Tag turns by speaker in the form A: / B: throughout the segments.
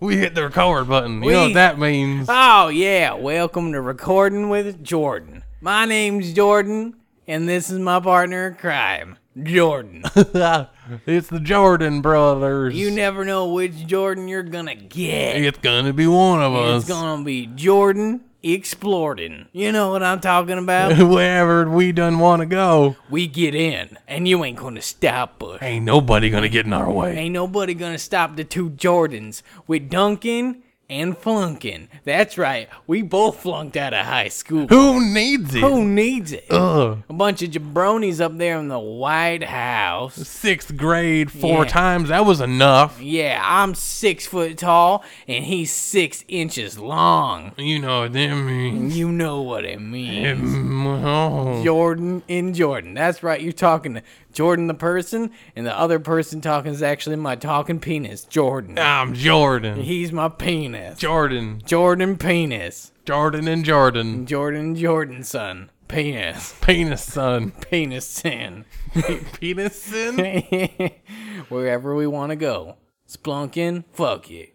A: We hit the record button. You know
B: We-
A: what that means.
B: Oh, yeah. Welcome to Recording with Jordan. My name's Jordan, and this is my partner in crime, Jordan.
A: it's the Jordan Brothers.
B: you never know which Jordan you're gonna get.
A: it's gonna be one of us.
B: It's gonna be Jordan Exploding. You know what I'm talking about?
A: Wherever we done want to go,
B: we get in, and you ain't gonna stop us.
A: ain't nobody gonna get in our way.
B: Ain't nobody gonna stop the two Jordans with Duncan and Flunkin. That's right, we both flunked out of high school.
A: Who needs it?
B: Who needs it?
A: Ugh.
B: A bunch of jabronis up there in the White House.
A: Sixth grade, four
B: Yeah.
A: times. That was enough.
B: Yeah, I'm six foot tall and he's six inches long.
A: You know what that means.
B: You know what it means.
A: Mm, oh.
B: Jordan in Jordan. That's right, you're talking to Jordan the person, and the other person talking is actually my talking penis, Jordan.
A: I'm Jordan.
B: He's my penis.
A: Jordan.
B: Jordan penis.
A: Jordan and Jordan.
B: Jordan Jordan son. Penis.
A: Penis son.
B: Penis sin.
A: Penis son?
B: Wherever we want to go. Splunkin', fuck it.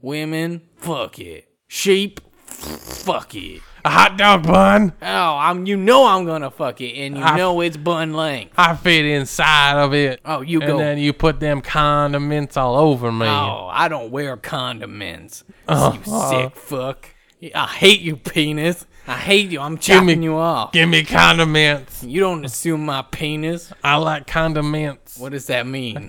B: Women, fuck it. Sheep, fuck it.
A: A hot dog bun.
B: Oh, I'm you know I'm gonna fuck it, and you
A: I-
B: know it's bun length.
A: I fit inside of it.
B: Oh, you
A: and
B: go.
A: then you put them condiments all over me.
B: Oh, I don't wear condiments.
A: Uh,
B: you
A: uh.
B: sick fuck. I hate you, penis. I hate you. I'm
A: me-
B: chopping you off.
A: Give me condiments.
B: you don't assume my penis.
A: I like condiments.
B: What does that mean?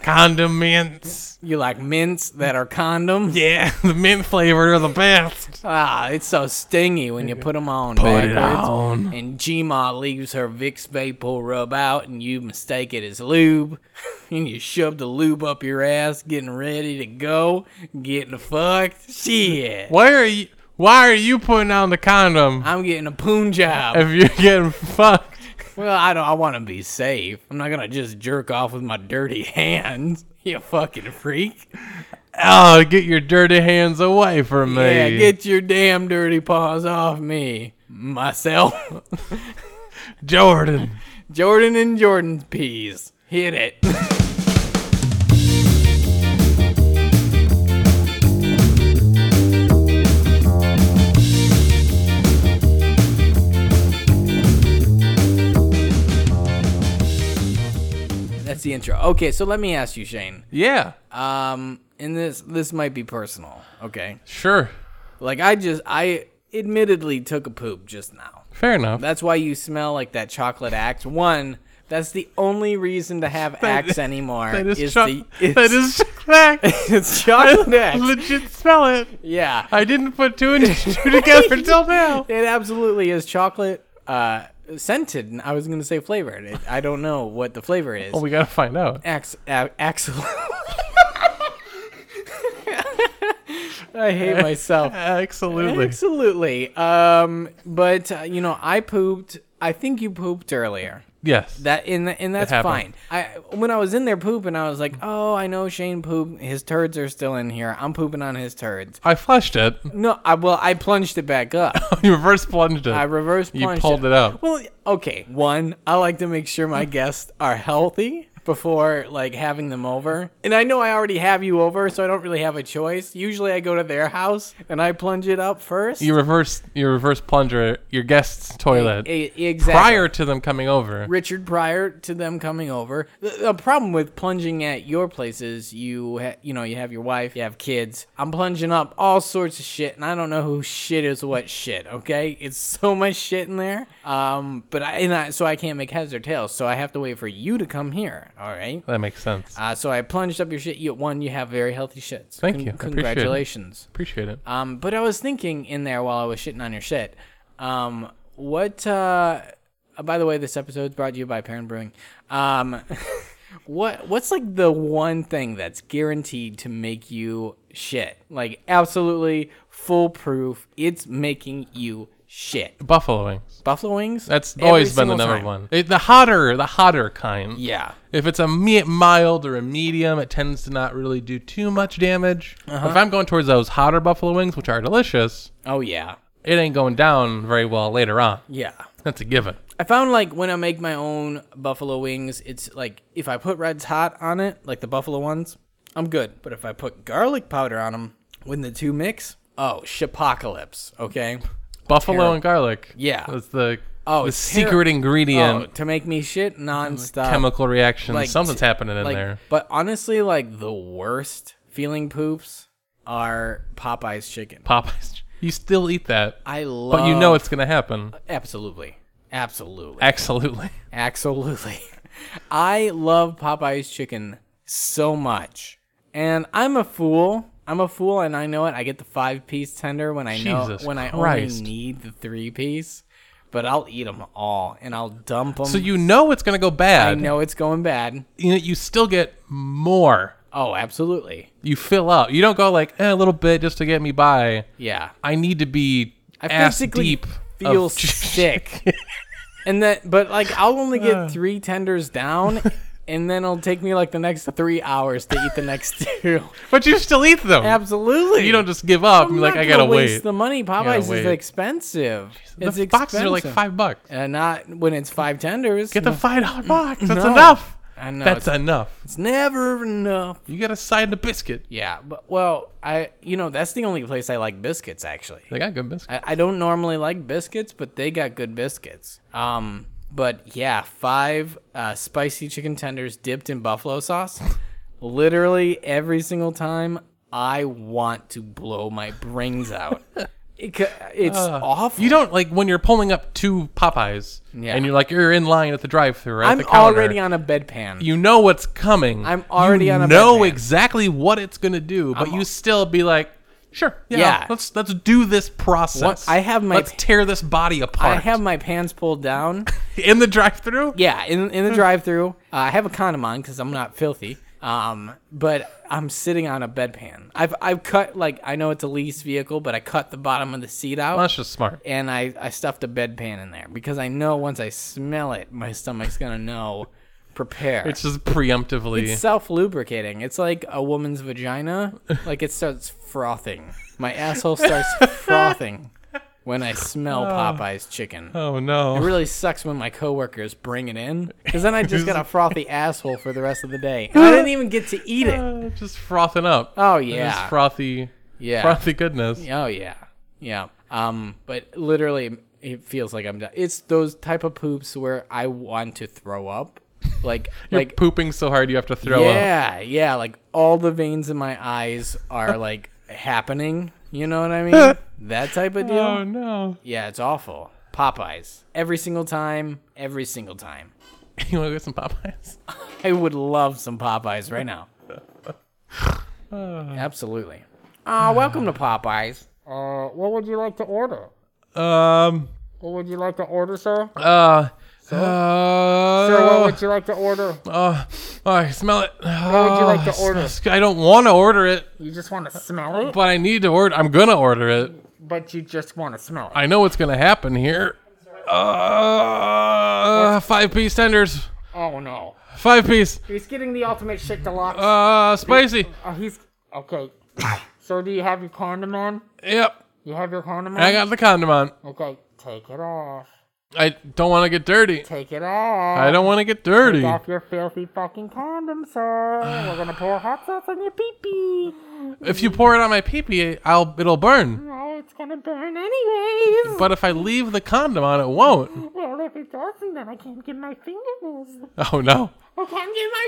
A: Condiments.
B: You like mints that are condoms?
A: Yeah, the mint flavor are the best.
B: Ah, it's so stingy when you put them on
A: Put it
B: backwards.
A: on.
B: And Gma leaves her Vicks Vapor Rub out, and you mistake it as lube, and you shove the lube up your ass, getting ready to go, getting fucked. Shit,
A: Why are you? Why are you putting on the condom
B: I'm getting a Punjab.
A: if you're getting fucked?
B: Well, I don't. I want to be safe. I'm not gonna just jerk off with my dirty hands. You fucking freak.
A: Oh, get your dirty hands away from me.
B: Yeah, get your damn dirty paws off me, myself.
A: Jordan.
B: Jordan and Jordan's peas. Hit it. That's the intro. Okay, so let me ask you, Shane.
A: Yeah,
B: Um, and this this might be personal. Okay,
A: sure.
B: like I just I admittedly took a poop just now.
A: Fair enough.
B: That's why you smell like that chocolate axe. One, that's the only reason to have axe anymore.
A: that is,
B: is
A: cho-
B: the, it's,
A: that is chocolate.
B: it's chocolate
A: I
B: axe.
A: legit smell it.
B: Yeah.
A: I didn't put two and two together till now.
B: It absolutely is chocolate uh, scented. and I was going to say flavored. It, I don't know what the flavor is.
A: Well, Oh, we gotta find out.
B: Axe, a- axle. I hate myself.
A: Absolutely.
B: Absolutely. Um, but uh, you know, I pooped. I think you pooped earlier.
A: Yes.
B: That and th- and that's fine.
A: happened.
B: I when I was in there pooping, I was like, oh, I know Shane pooped. His turds are still in here. I'm pooping on his turds.
A: I flushed it.
B: No, I well, I plunged it back up.
A: you reverse plunged it.
B: I reverse
A: You
B: plunged.
A: pulled it up.
B: Well, okay. One, I like to make sure my guests are healthy before like having them over. And I know I already have you over, so I don't really have a choice. Usually, I go to their house and I plunge it up first.
A: you reverse you reverse plunger your guest's toilet
B: E- exactly.
A: prior to them coming over.
B: Richard prior to them coming over. The, the problem with plunging at your place is you ha- you know you have your wife, you have kids. I'm plunging up all sorts of shit, and I don't know who shit is what shit. Okay, it's so much shit in there. Um, but I and I so I can't make heads or tails, so I have to wait for you to come here. All right.
A: That makes sense.
B: Uh, so I plunged up your shit. You one, you have very healthy shits.
A: Thank you. I appreciate it.
B: Congratulations.
A: Appreciate it.
B: Um, but I was thinking in there while I was shitting on your shit. Um, what? Uh, by the way, this episode's brought to you by Parent Brewing. Um, what? What's like the one thing that's guaranteed to make you shit? Like absolutely foolproof. It's making you shit.
A: Buffalo wings.
B: Buffalo wings.
A: That's
B: Every
A: always been the
B: single
A: number
B: time.
A: one. It- the hotter, the hotter kind.
B: Yeah.
A: If it's a me- mild or a medium, it tends to not really do too much damage.
B: Uh-huh.
A: If I'm going towards those hotter buffalo wings, which are delicious,
B: Oh yeah.
A: it ain't going down very well later on.
B: Yeah.
A: That's a given.
B: I found like when I make my own buffalo wings, it's like if I put Red's Hot on it, like the buffalo ones, I'm good. But if I put garlic powder on them, When the two mix, oh, shapocalypse. Okay.
A: Buffalo and garlic.
B: Yeah.
A: That's the
B: Oh,
A: the
B: it's
A: secret
B: terri-
A: ingredient.
B: Oh, to make me shit nonstop.
A: um, chemical reaction.
B: Like,
A: Something's
B: t-
A: happening in
B: like,
A: there.
B: But honestly, like the worst feeling poops are Popeye's chicken.
A: Popeyes. You still eat that,
B: I love.
A: but you know it's gonna happen.
B: absolutely, absolutely.
A: Absolutely.
B: Absolutely. I love Popeye's chicken so much. And I'm a fool. I'm a fool and I know it. I get the 5 piece tender when I
A: Jesus
B: know when I
A: Christ.
B: only need the 3 piece, but I'll eat them all and I'll dump them.
A: So you know it's gonna go
B: I
A: bad.
B: know it's going bad.
A: You, know, you still get more.
B: Oh, absolutely.
A: You fill up. You don't go like eh, a little bit just to get me by.
B: Yeah.
A: I need to be
B: I
A: ass
B: physically
A: deep.
B: feel
A: of-
B: sick. and that but like I'll only
A: Uh.
B: get 3 tenders down and then it'll take me like the next 3 hours to eat the next two.
A: but you still eat them.
B: Absolutely.
A: You don't just give up.
B: I'm
A: You're like
B: not
A: I
B: gonna
A: gotta
B: waste
A: wait.
B: The money
A: gotta
B: Popeyes
A: wait.
B: is expensive.
A: The
B: it's
A: boxes are like
B: expensive.
A: five bucks.
B: Uh, not when it's five tenders.
A: Get the five dollar box. That's
B: No.
A: enough.
B: I know,
A: That's
B: it's-
A: enough.
B: it's never enough.
A: You got a side and a biscuit.
B: Yeah, but well, I you know that's the only place I like biscuits actually.
A: They got good biscuits.
B: I, I don't normally like biscuits, but they got good biscuits. Um, but yeah, five uh, spicy chicken tenders dipped in buffalo sauce. Literally every single time, I want to blow my brains out. It, ca- it's awful.
A: You don't like when you're pulling up two Popeyes
B: Yeah.
A: and you're like you're in line at the drive-through or at
B: I'm
A: the counter.
B: already on a bedpan.
A: you know what's coming.
B: I'm already
A: you
B: on a
A: know
B: bedpan.
A: exactly what it's gonna do, but
B: I'm-
A: you still be like, sure, yeah,
B: Yeah.
A: let's let's do this process.
B: What- I have my
A: let's
B: pa-
A: tear this body apart
B: I have my pants pulled down.
A: in the drive-through.
B: yeah, in in the drive-through, uh, I have a condom on because I'm not filthy. Um, but I'm sitting on a bedpan. I've I've cut like I know it's a lease vehicle, but I cut the bottom of the seat out.
A: That's just smart.
B: and I, I stuffed a bedpan in there because I know once I smell it, my stomach's gonna know. Prepare.
A: It's just preemptively.
B: It's self-lubricating. It's like a woman's vagina. Like it starts frothing. My asshole starts frothing when I smell Popeye's chicken.
A: oh no.
B: It really sucks when my coworkers bring it in, because then I just got a frothy asshole for the rest of the day. And I didn't even get to eat it.
A: Uh, just frothing up.
B: Oh,
A: Just
B: yeah.
A: frothy,
B: Yeah.
A: frothy goodness.
B: Oh yeah. Yeah. Um. But literally, it feels like I'm done. It's those type of poops where I want to throw up. Like
A: You're
B: like
A: pooping so hard you have to throw up.
B: yeah, yeah. Like all the veins in my eyes are like happening. You know what I mean? that type of deal.
A: Oh no!
B: Yeah, it's awful. Popeyes. Every single time. Every single time.
A: You want to get some Popeyes?
B: I would love some Popeyes right now. Absolutely. Uh, welcome to Popeyes.
C: Uh, what would you like to order?
A: Um.
C: What would you like to order, sir?
A: Uh. uh,
C: sir, what would you like to order?
A: uh, oh, I smell it.
C: What would you like to
A: Uh,
C: order?
A: smells- I don't want to order it,
C: You just want to smell it,
A: but I need to order. I'm gonna order it.
C: but you just want to smell it.
A: I know what's gonna happen here. Uh, five piece tenders.
C: Oh no.
A: Five piece.
C: He's getting the ultimate shit deluxe.
A: Uh, spicy.
C: Uh, he's okay. so do you have your condom on?
A: Yep.
C: You have your condom on?
A: I got the condom on.
C: okay, take it off.
A: I don't want to get dirty.
C: Take it off.
A: I don't want to get dirty.
C: Take off your filthy fucking condom, sir. We're gonna pour hot sauce on your pee pee.
A: If you pour it on my pee-pee, I'll it'll burn.
C: Oh, it's gonna burn anyways.
A: But if I leave the condom on, it won't.
C: Well, if it doesn't, then I can't get my fingernails.
A: Oh no!
C: I can't get my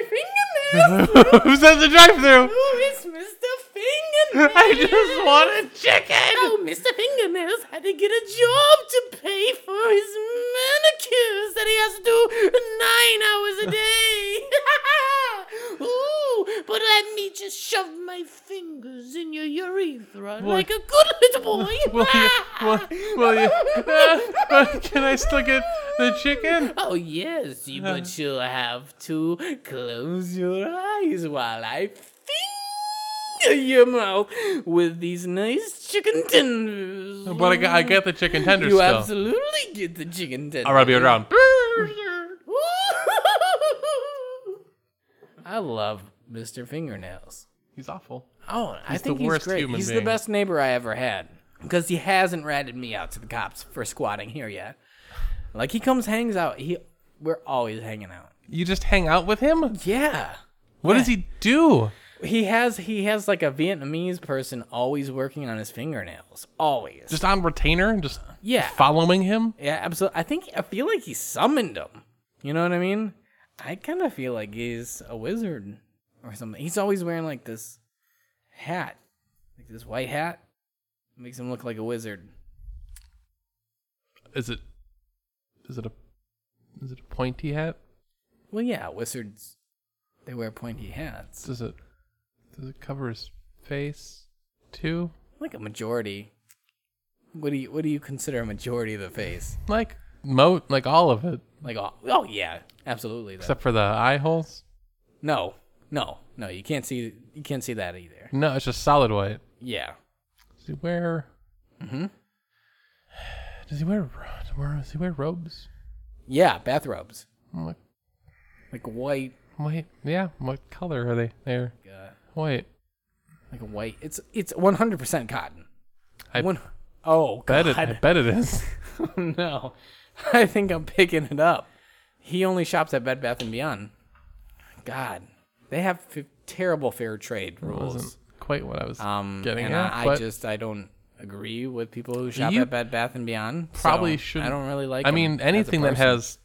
C: fingernails.
A: Who said the drive-through?
C: Oh, it's Mr. Fingernails.
A: I just wanted chicken.
C: Oh, Mr. Fingernails had to get a job to pay for his manicures that he has to do nine hours a day. Ooh, but let me just shove my fingers in your urethra like a good little boy.
A: Will you? Will, will you? Uh, can I still get the chicken?
B: Oh yes, you- but you'll have to close your eyes while I finger your mouth with these nice chicken tenders.
A: But I got, I get the chicken tender
B: you
A: still.
B: absolutely get the chicken tenders.
A: All right, be around.
B: I love Mr. Fingernails.
A: He's awful.
B: Oh, I
A: He's the
B: think
A: worst
B: he's great.
A: human
B: he's
A: being.
B: the best neighbor I ever had because he hasn't ratted me out to the cops for squatting here yet. Like he comes, hangs out. He, we're always hanging out.
A: You just hang out with him?
B: Yeah.
A: What does he do?
B: He has he has like a Vietnamese person always working on his fingernails. Always.
A: Just on retainer, just
B: Yeah.
A: following him.
B: Yeah, absolutely. I think I feel like he summoned him. You know what I mean? I kind of feel like he's a wizard or something. He's always wearing like this hat, like this white hat, makes him look like a wizard.
A: Is it? Is it a? Is it a pointy hat?
B: Well, yeah, wizards they wear pointy hats.
A: Does it? Does it cover his face too?
B: Like a majority. What do you what do you consider a majority of the face?
A: Like mo, like all of it
B: Like oh, oh yeah, absolutely. though.
A: except for the eye holes.
B: no, no, no. You can't see you can't see that either.
A: No, it's just solid white.
B: Yeah.
A: Does he wear?
B: Mhm.
A: Does he wear? ro- wear- Does he wear robes?
B: Yeah, bathrobes.
A: What?
B: Like white
A: Wait, yeah. What color are they? They're
B: uh,
A: white.
B: like a white. It's it's one hundred percent cotton.
A: I-
B: One, oh
A: Bet
B: god, Oh,
A: it. I bet it is.
B: no! I think I'm picking it up. He only shops at Bed Bath and Beyond. God, they have f- terrible fair trade rules.
A: wasn't quite what I was
B: Um,
A: getting
B: and
A: at.
B: I, I
A: but
B: just I don't agree with people who shop
A: You
B: at Bed Bath and Beyond. so
A: probably should.
B: I don't really like.
A: I
B: them
A: mean,
B: as a
A: anything that
B: person.
A: has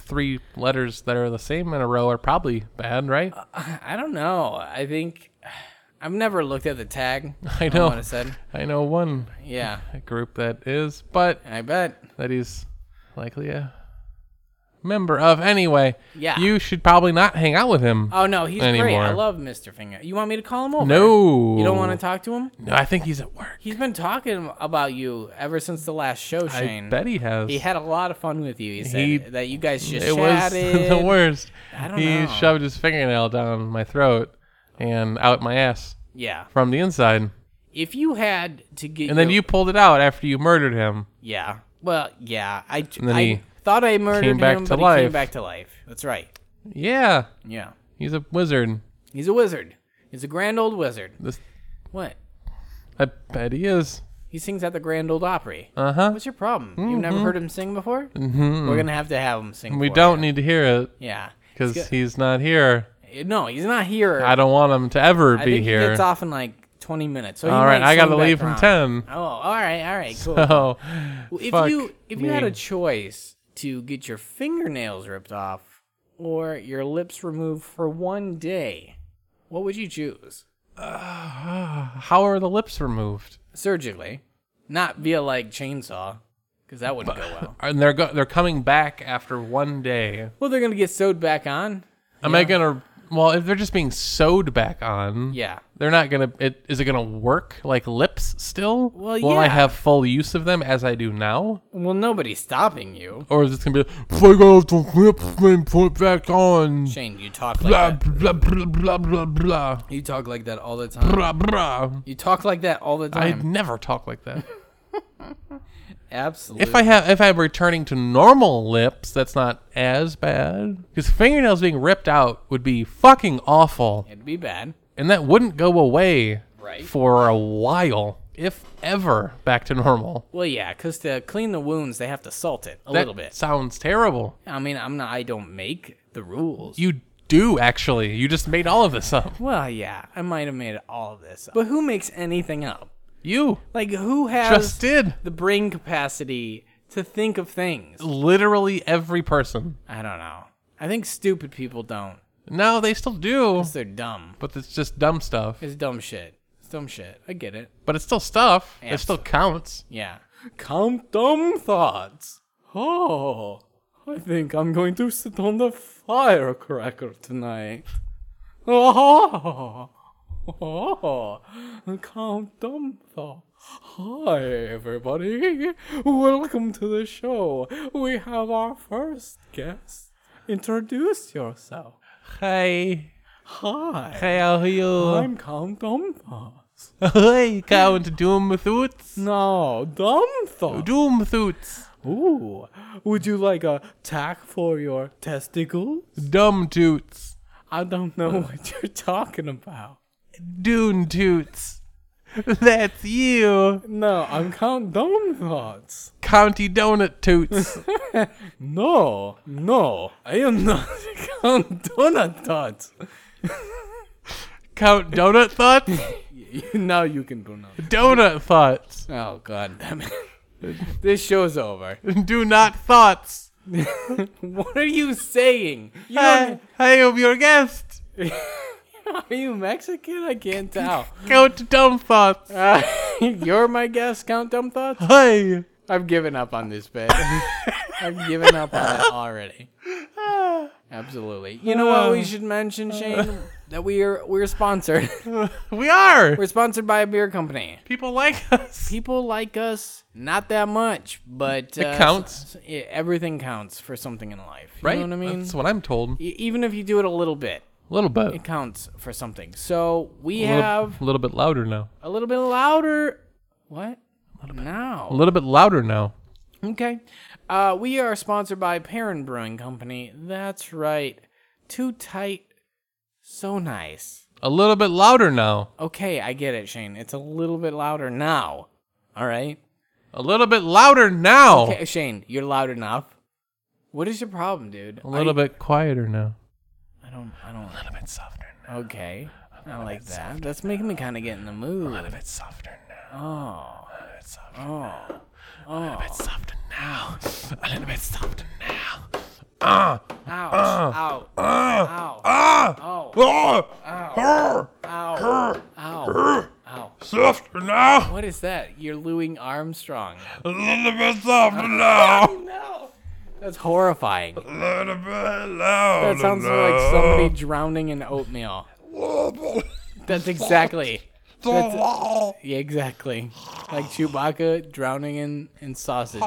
A: three letters that are the same in a row are probably bad, right?
B: Uh, I don't know. I think I've never looked at the tag.
A: I
B: on
A: know.
B: what it said.
A: I know one
B: Yeah,
A: group that is, but
B: and I bet.
A: that he's likely a member of. Anyway,
B: Yeah.
A: you should probably not hang out with him.
B: Oh no, he's great. I
A: Anymore.
B: love Mr. Finger. You want me to call him over?
A: no,
B: You don't want to talk to him?
A: No, I think he's at work.
B: He's been talking about you ever since the last show, Shane.
A: I bet he has.
B: He had a lot of fun with you. He said
A: He-
B: that you guys just
A: it was
B: chatted.
A: the worst.
B: I don't
A: he
B: know.
A: shoved his fingernail down my throat and out my ass
B: Yeah.
A: from the inside.
B: If you had to get,
A: And then you pulled it out after you murdered him.
B: yeah. Well, yeah. I,
A: then
B: I
A: he
B: thought I murdered
A: came back
B: him,
A: to
B: but he came
A: life.
B: back to life. That's right.
A: Yeah,
B: Yeah.
A: he's a wizard.
B: He's a wizard. He's a grand old wizard.
A: This,
B: What?
A: I bet he is.
B: He sings at the Grand Old Opry.
A: Uh huh.
B: What's your problem? You've never heard him sing before? Mm-hmm. We're gonna have to have him sing.
A: We
B: for
A: don't need to hear it
B: you. Yeah.
A: because
B: He's
A: he's not here.
B: go- no, he's not here.
A: I don't want him to ever
B: I
A: be
B: think
A: here.
B: He gets off in like 20 minutes. So he
A: All right,
B: might
A: I gotta
B: swing back
A: leave from
B: around.
A: ten.
B: Oh, all right, all right, cool.
A: Oh,
B: Well, if
A: fuck
B: you if you had
A: me.
B: a choice to get your fingernails ripped off or your lips removed for one day, what would you choose?
A: how are the lips removed?
B: Surgically, not via like chainsaw, because that wouldn't go well.
A: And they're go- they're coming back after one day.
B: Well, they're gonna get sewed back on.
A: Am I gonna? Well, if they're just being sewed back on,
B: Yeah.
A: they're not gonna. It, is it gonna work like lips still?
B: Well,
A: Will I
B: yeah.
A: have full use of them as I do now?
B: Well, nobody's stopping you.
A: Or is this gonna be take off the lips and put back on?
B: Shane, you talk like
A: Blah
B: that.
A: blah blah blah blah blah
B: You talk like that all the time.
A: blah blah.
B: You talk like that all the
A: I
B: time.
A: never talk like that.
B: Absolutely.
A: If I have, if I'm returning to normal lips, that's not as bad. Because fingernails being ripped out would be fucking awful,
B: it'd be bad.
A: and that wouldn't go away
B: Right.
A: for a while, if ever. Back to normal.
B: Well, yeah, because to clean the wounds, they have to salt it a
A: That
B: little bit.
A: sounds terrible.
B: I mean, I'm not. I don't make the rules.
A: You do actually. You just made all of this up.
B: well, yeah, I might have made all of this, up. but who makes anything up?
A: You
B: Like, who has
A: just did.
B: the brain capacity to think of things?
A: Literally every person.
B: I don't know. I think stupid people don't.
A: No, they still do,
B: 'cause They're dumb.
A: but it's just dumb stuff.
B: It's dumb shit. It's dumb shit. I get it.
A: But it's still stuff. It
B: Yes.
A: still counts.
B: Yeah. Come dumb thoughts. Oh, I think I'm going to sit on the firecracker tonight. Oh, oh, come dumb thoughts. Hi, everybody. Welcome to the show. We have our first guest. Introduce yourself.
A: Hey,
B: Hi,
A: hey, how are you?
B: I'm Come Dumb Thoughts.
A: Hey, Count Doomthoots.
B: No, Dumb Thoughts.
A: Doomthoots.
B: Ooh, would you like a tack for your testicles?
A: Dumb Toots.
B: I don't know what you're talking about.
A: Dune Toots. That's you.
B: No, I'm Count Dumb Thoughts.
A: County Donut Toots.
B: No, no, I am not Count Donut Thoughts.
A: count donut thoughts?
B: now you can pronounce.
A: donut thoughts.
B: Oh god damn it. This show's over.
A: Do not thoughts.
B: What are you saying? You
A: I,
B: don't-
A: I am your guest.
B: are you Mexican? I can't tell.
A: Count dumb thoughts.
B: Uh, you're my guest, Count Dumb Thoughts.
A: Hi.
B: I've given up on this bit. I've given up on it already. Absolutely. You know what
A: Um,
B: we should
A: uh,
B: mention, Shane? That we are we're sponsored.
A: We are.
B: We're sponsored by a beer company.
A: People like us.
B: People like us, not that much, but uh,
A: counts.
B: s- s- yeah, everything counts for something in life. You
A: Right? Uh,
B: know what I mean?
A: That's what I'm told. A
B: E- Even if you do it a little bit,
A: little bit.
B: it counts for something. So we
A: A little,
B: have
A: little bit louder now.
B: a little bit louder. What? Now.
A: A little bit louder now.
B: Okay. Uh, we are sponsored by Perrin Brewing Company. That's right. Too tight, so nice.
A: A little bit louder now.
B: Okay, I get it, Shane. It's a little bit louder now. All right.
A: A little bit louder now.
B: Okay, Shane, you're loud enough. What is your problem, dude?
A: A little
B: I,
A: bit quieter now.
B: I don't. I don't.
A: A little bit softer now.
B: Okay. I like that. That's making me kind of get in the mood.
A: bit softer now.
B: Oh.
A: A little bit softer,
B: Oh. Oh.
A: softer now. A little bit softer now. Ah.
B: Ouch. Ow. Ow. Ow. Ow. Ow. Ow.
A: Ah. Softer now.
B: What is that? You're Louis Armstrong.
A: A little bit softer now.
B: No. That's horrifying.
A: A little bit louder.
B: That sounds like somebody drowning in oatmeal. That's exactly. Yeah, exactly. Like Chewbacca drowning in, in sausage.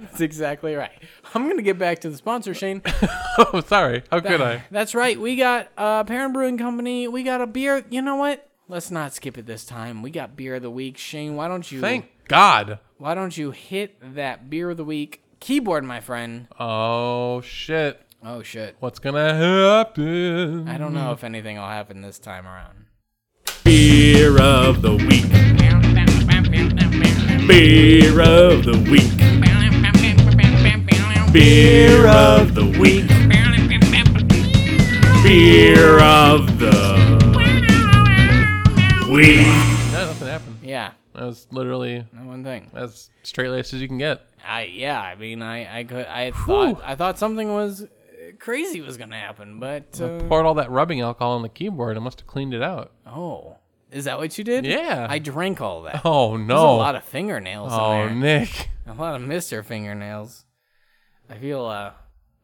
B: That's exactly right. I'm going to get back to the sponsor, Shane.
A: oh, sorry. How could I?
B: That's right. We got uh, Parent Brewing Company. We got a beer. You know what? Let's not skip it this time. We got beer of the week. Shane, why don't you
A: Thank God.
B: why don't you hit that beer of the week keyboard, my friend?
A: Oh shit.
B: Oh shit.
A: What's gonna happen?
B: I don't know if anything will happen this time around.
D: Beer of the week. Beer of the week. Beer of the week. Beer of the week.
A: No, nothing happened.
B: Yeah,
A: That was literally
B: that one thing.
A: as straight laced as you can get.
B: I yeah, I mean, I I could I thought I thought something was uh, crazy was gonna happen, but uh,
A: Poured all that rubbing alcohol on the keyboard. I must have cleaned it out.
B: oh, is that what you did?
A: Yeah.
B: I drank all that.
A: Oh
B: There's
A: no.
B: a lot of fingernails.
A: oh
B: in
A: Nick.
B: there. a lot of Mister fingernails. I feel uh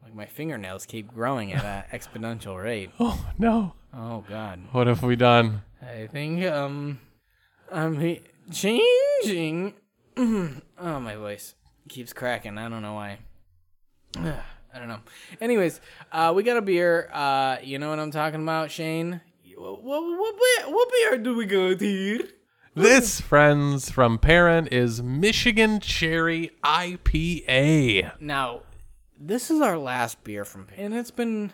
B: like my fingernails keep growing at an exponential rate.
A: Oh no.
B: Oh God,
A: What have we done?
B: I think um I'm he- changing. oh, my voice keeps cracking. I don't know why. I don't know. Anyways, uh, we got a beer. Uh, you know what I'm talking about, Shane? What what what beer, what beer do we got here?
A: This, friends, from Parent is Michigan Cherry IPA.
B: Now, this is our last beer from, Pan- and it's been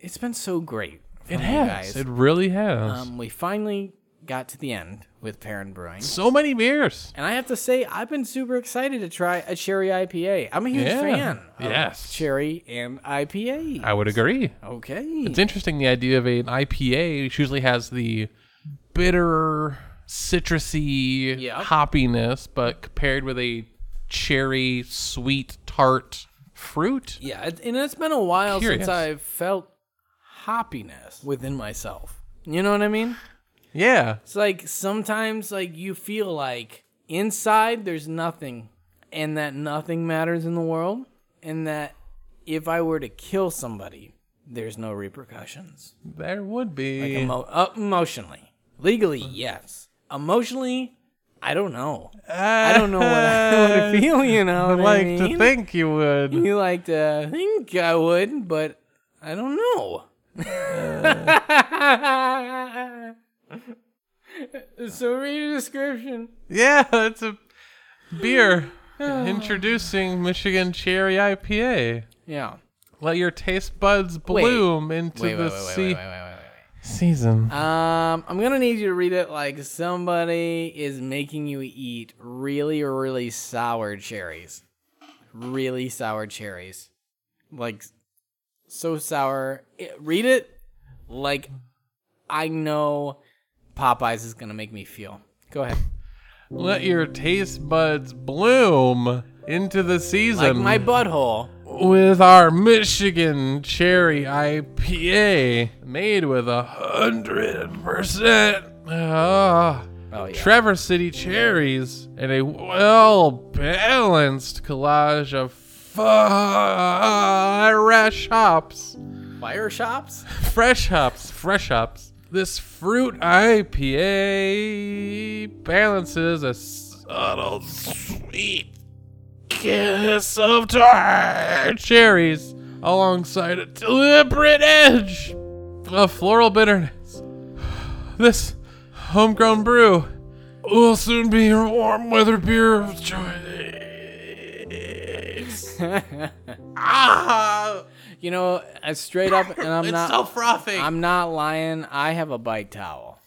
B: it's been so great. From
A: It
B: you
A: has.
B: guys.
A: It really has.
B: Um, we finally got to the end with Parent Brewing.
A: so many beers.
B: And I have to say, I've been super excited to try a cherry IPA. I'm a huge
A: Yeah.
B: fan. Of
A: Yes.
B: Cherry and IPA.
A: I would agree.
B: Okay.
A: It's interesting the idea of an IPA which usually has the bitter, citrusy
B: Yeah.
A: hoppiness, but compared with a cherry, sweet, tart fruit.
B: yeah, it, and it's been a while
A: Curious.
B: since I've felt hoppiness within myself. You know what I mean?
A: Yeah.
B: It's like sometimes like you feel like inside there's nothing and that nothing matters in the world and that if I were to kill somebody, there's no repercussions.
A: There would be.
B: Emo- uh, emotionally, legally,
A: Uh-huh.
B: yes. Emotionally, I don't know. I don't know what I would feel. You know,
A: I
B: what
A: Uh, like
B: I
A: to
B: mean?
A: think you would.
B: You like to think I would, but I don't know. Uh. so read the description.
A: Yeah, it's a beer. Introducing Michigan Cherry IPA.
B: Yeah.
A: Let your taste buds bloom into
B: Wait,
A: the
B: wait, wait, wait,
A: sea-
B: wait, wait, wait, wait.
A: season.
B: Um, I'm gonna need you to read it like somebody is making you eat really, really sour cherries, really sour cherries, like so sour. It, read it like I know Popeyes is gonna make me feel. Go ahead.
A: Let your taste buds bloom into the
B: Like
A: season
B: my butthole.
A: with our Michigan Cherry IPA made with a hundred percent. Ah.
B: Oh yeah.
A: Traverse City cherries and a well balanced collage of fresh hops.
B: Fire shops.
A: Fresh hops, fresh hops. This fruit IPA balances a subtle sweet kiss of tart cherries alongside a deliberate edge of floral bitterness. This homegrown brew will soon be your warm weather beer of choice. ah,
B: You know, uh, straight up, and I'm
A: it's
B: not.
A: so frothy.
B: I'm not lying. I have a bite towel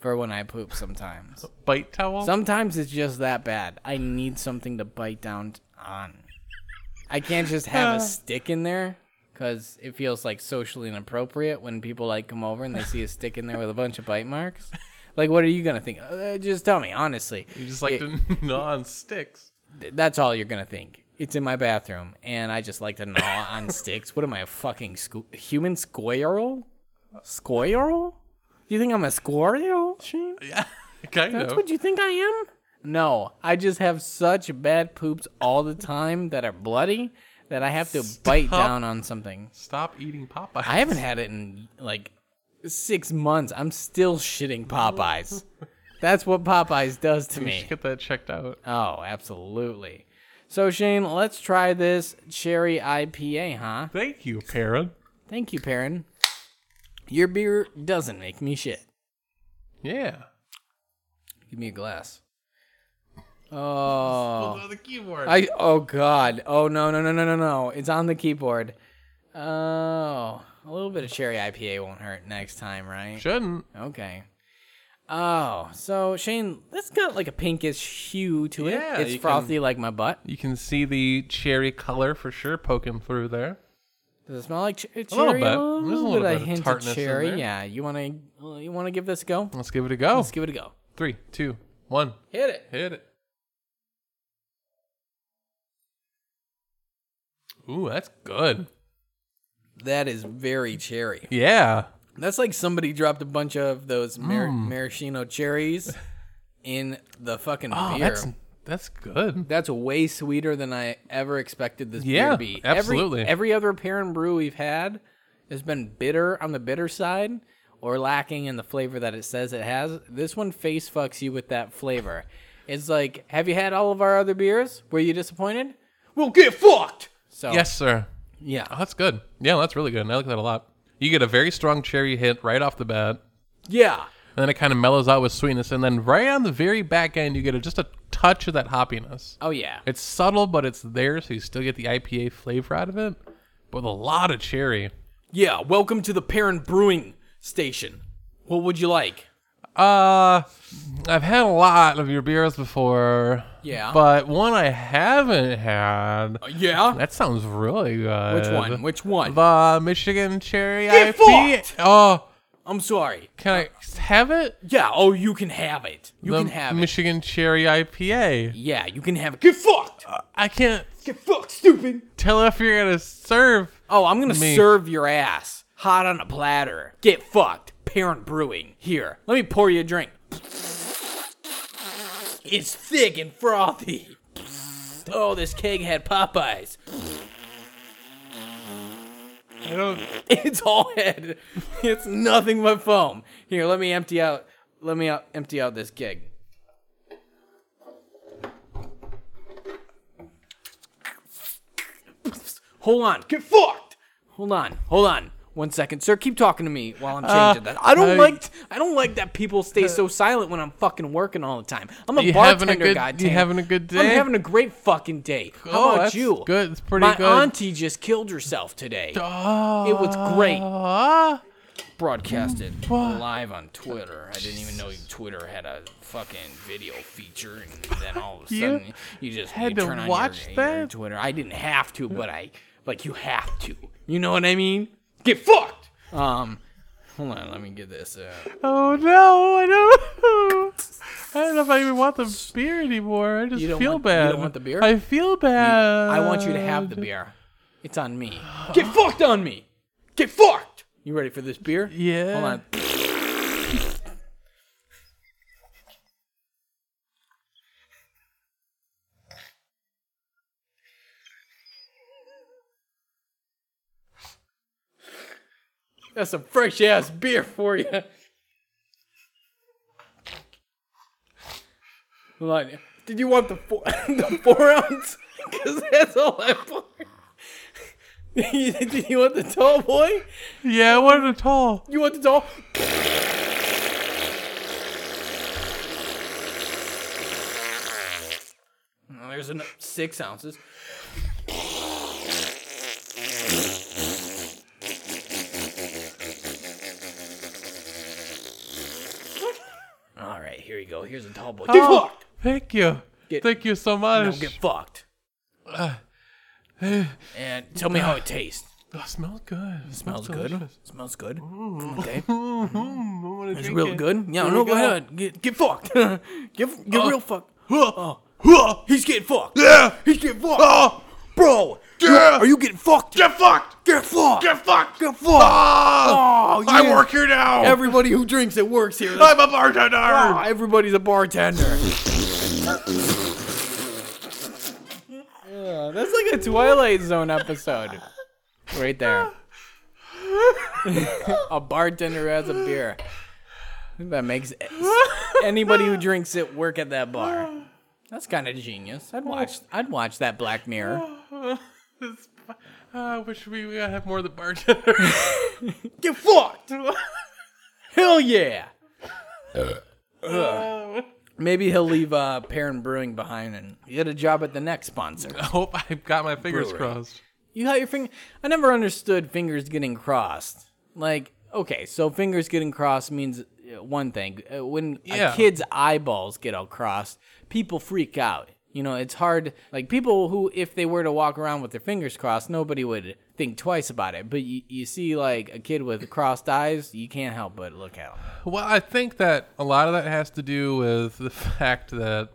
B: for when I poop sometimes.
A: Bite towel.
B: Sometimes it's just that bad. I need something to bite down on. I can't just have a stick in there because it feels like socially inappropriate when people like come over and they see a stick in there with a bunch of bite marks. Like, what are you gonna think? Uh, just tell me honestly.
A: You just like
B: It-
A: to gnaw on sticks.
B: th- that's all you're gonna think. It's in my bathroom, and I just like to gnaw on sticks. What am I, a fucking squ- human squirrel? Squirrel? You think I'm a squirrel, Shane?
A: Yeah, kind
B: That's
A: of.
B: what you think I am? No, I just have such bad poops all the time that are bloody that I have to bite
A: Stop.
B: down on something.
A: Stop eating Popeyes.
B: I haven't had it in like six months. I'm still shitting Popeyes. That's what Popeyes does to
A: You
B: me.
A: should get that checked out.
B: Oh, absolutely. So Shane, let's try this cherry IPA, huh?
A: Thank you, Perrin.
B: Thank you, Perrin. Your beer doesn't make me shit.
A: Yeah.
B: Give me a glass. Oh,
A: the keyboard.
B: I oh god. Oh no no no no no no. It's on the keyboard. Oh, a little bit of cherry IPA won't hurt next time, right?
A: shouldn't.
B: Okay. Oh, so Shane, that's got like a pinkish hue to it.
A: Yeah,
B: it's
A: you
B: frothy like my butt.
A: You can see the cherry color for sure poking through there.
B: Does it smell like ch- cherry?
A: little bit.
B: A little,
A: There's a
B: bit,
A: little bit
B: of
A: of
B: hint of
A: tartness in
B: cherry.
A: there.
B: Yeah, you want to you want to give this a go?
A: Let's give it a go.
B: Let's give it a go.
A: Three, two, one.
B: Hit it.
A: Hit it. Ooh, that's good.
B: That is very cherry.
A: Yeah.
B: That's like somebody dropped a bunch of those mar-
A: Mm.
B: maraschino cherries in the fucking
A: Oh,
B: beer.
A: that's
B: That's, Oh.
A: that's good.
B: way sweeter than I ever expected this beer
A: Yeah,
B: to be.
A: absolutely.
B: Every, every other pear and brew we've had has been bitter on the bitter side or lacking in the flavor that it says it has. This one face fucks you with that flavor. It's like, have you had all of our other beers? Were you disappointed? Well, get fucked. So
A: Yes, sir.
B: yeah.
A: Oh, that's good. Yeah, that's really good. and I like that a lot. You get a very strong cherry hit right off the bat.
B: Yeah.
A: and then it kind of mellows out with sweetness and then right on the very back end you get a, just a touch of that hoppiness
B: Oh yeah.
A: it's subtle but it's there so you still get the ipa flavor out of it but with a lot of cherry
B: Yeah, welcome to the Parent Brewing Station. What would you like?
A: uh i've had a lot of your beers before
B: Yeah. Oh,
A: but one i haven't had
B: Yeah.
A: that sounds really good
B: Which one? Which one?
A: Uh, the michigan cherry
B: Get
A: ipa
B: fucked!
A: oh
B: I'm sorry.
A: can i have it
B: Yeah, oh, you can have it. You
A: the
B: can have it.
A: michigan cherry ipa
B: Yeah, you can have it. Get fucked.
A: i can't
B: Get fucked, stupid.
A: tell if you're gonna serve
B: Oh, I'm going to
A: Me.
B: serve your ass hot on a platter. Get fucked. Parent Brewing. Here, let me pour you a drink. It's thick and frothy. Oh, this keg had Popeyes.
A: I don't.
B: It's all head. It's nothing but foam. Here, let me empty out. Let me out, empty out this gig. Hold on. Get fucked. Hold on. Hold on. One second, sir. Keep talking to me while I'm changing
A: Uh,
B: that. I don't
A: I-
B: like. I don't like that people stay so silent when I'm fucking working all the time. I'm a
A: You having a
B: bartender.
A: good-
B: goddamn.
A: you having a good
B: I'm
A: day?
B: having a great fucking day.
A: Oh,
B: How about
A: that's
B: you?
A: good. It's pretty
B: My
A: good.
B: auntie just killed herself today. It was great.
A: Ah,
B: Broadcasted
A: Mm.
B: live on Twitter. I didn't even know Twitter had a fucking video feature, and then all of a
A: You
B: sudden you, just
A: had
B: you
A: to
B: turn on
A: watch
B: your, your
A: that?
B: Twitter. I didn't have to, but I like you have to. You know what I mean? Get fucked. Um, Hold on, let me get this uh, out.
A: Oh no, I don't. I don't know if I even want the beer anymore. I just
B: You don't
A: feel
B: want- you
A: bad.
B: don't want the beer?
A: I feel bad.
B: I want you to have
A: Uh,
B: the beer. It's on me. Get fucked on me. Get fucked. You ready for this beer?
A: Yeah.
B: Hold on. That's some fresh ass beer for you. Hold on. Did you want the four, the four ounce? Because that's all I bought. Did you want the tall boy?
A: Yeah, I wanted a tall.
B: You want the doll? Well, There's an six ounces. All right, here you go. Here's a tall boy. Get
A: Oh,
B: fucked.
A: Thank you.
B: Get-
A: Thank you so
B: Now
A: much.
B: get fucked. And tell me how it tastes.
A: oh, smells good. It
B: Smells good.
A: delicious.
B: Smells good. Okay.
A: Mm, I wanna
B: It's
A: drink
B: real
A: it.
B: good. Yeah,
A: Here
B: no,
A: we
B: go ahead. Get, get fucked. get get real fucked.
A: Huh.
B: Oh, he's getting fucked.
A: Yeah.
B: He's getting fucked.
A: Oh,
B: Bro,
A: Yeah.
B: are you getting fucked?
A: get fucked.
B: Get fucked.
A: Get fucked.
B: Get fucked.
A: Ah,
B: Oh,
A: I
B: yeah.
A: work here now.
B: Everybody who drinks it works here.
A: I'm a bartender.
B: Oh, everybody's a bartender. Yeah, that's like a Twilight Zone episode. Right there. a bartender has a beer. That makes anybody who drinks it work at that bar. That's kind of genius. I'd watch I'd watch that Black Mirror.
A: This- I wish we, we gotta have more of the bartender.
B: Get fucked. Hell yeah. Uh. Maybe he'll leave uh, Perrin Brewing behind and get a job at the next sponsor.
A: I hope I got my fingers
B: Brewery.
A: crossed.
B: You got your finger. I never understood fingers getting crossed. Like, okay, so fingers getting crossed means uh, one thing. Uh, When
A: Yeah.
B: a kid's eyeballs get all crossed, people freak out. You know, it's hard. Like people who, if they were to walk around with their fingers crossed, nobody would think twice about it. But you, you see, like a kid with crossed eyes, you can't help but look at him.
A: Well, I think that a lot of that has to do with the fact that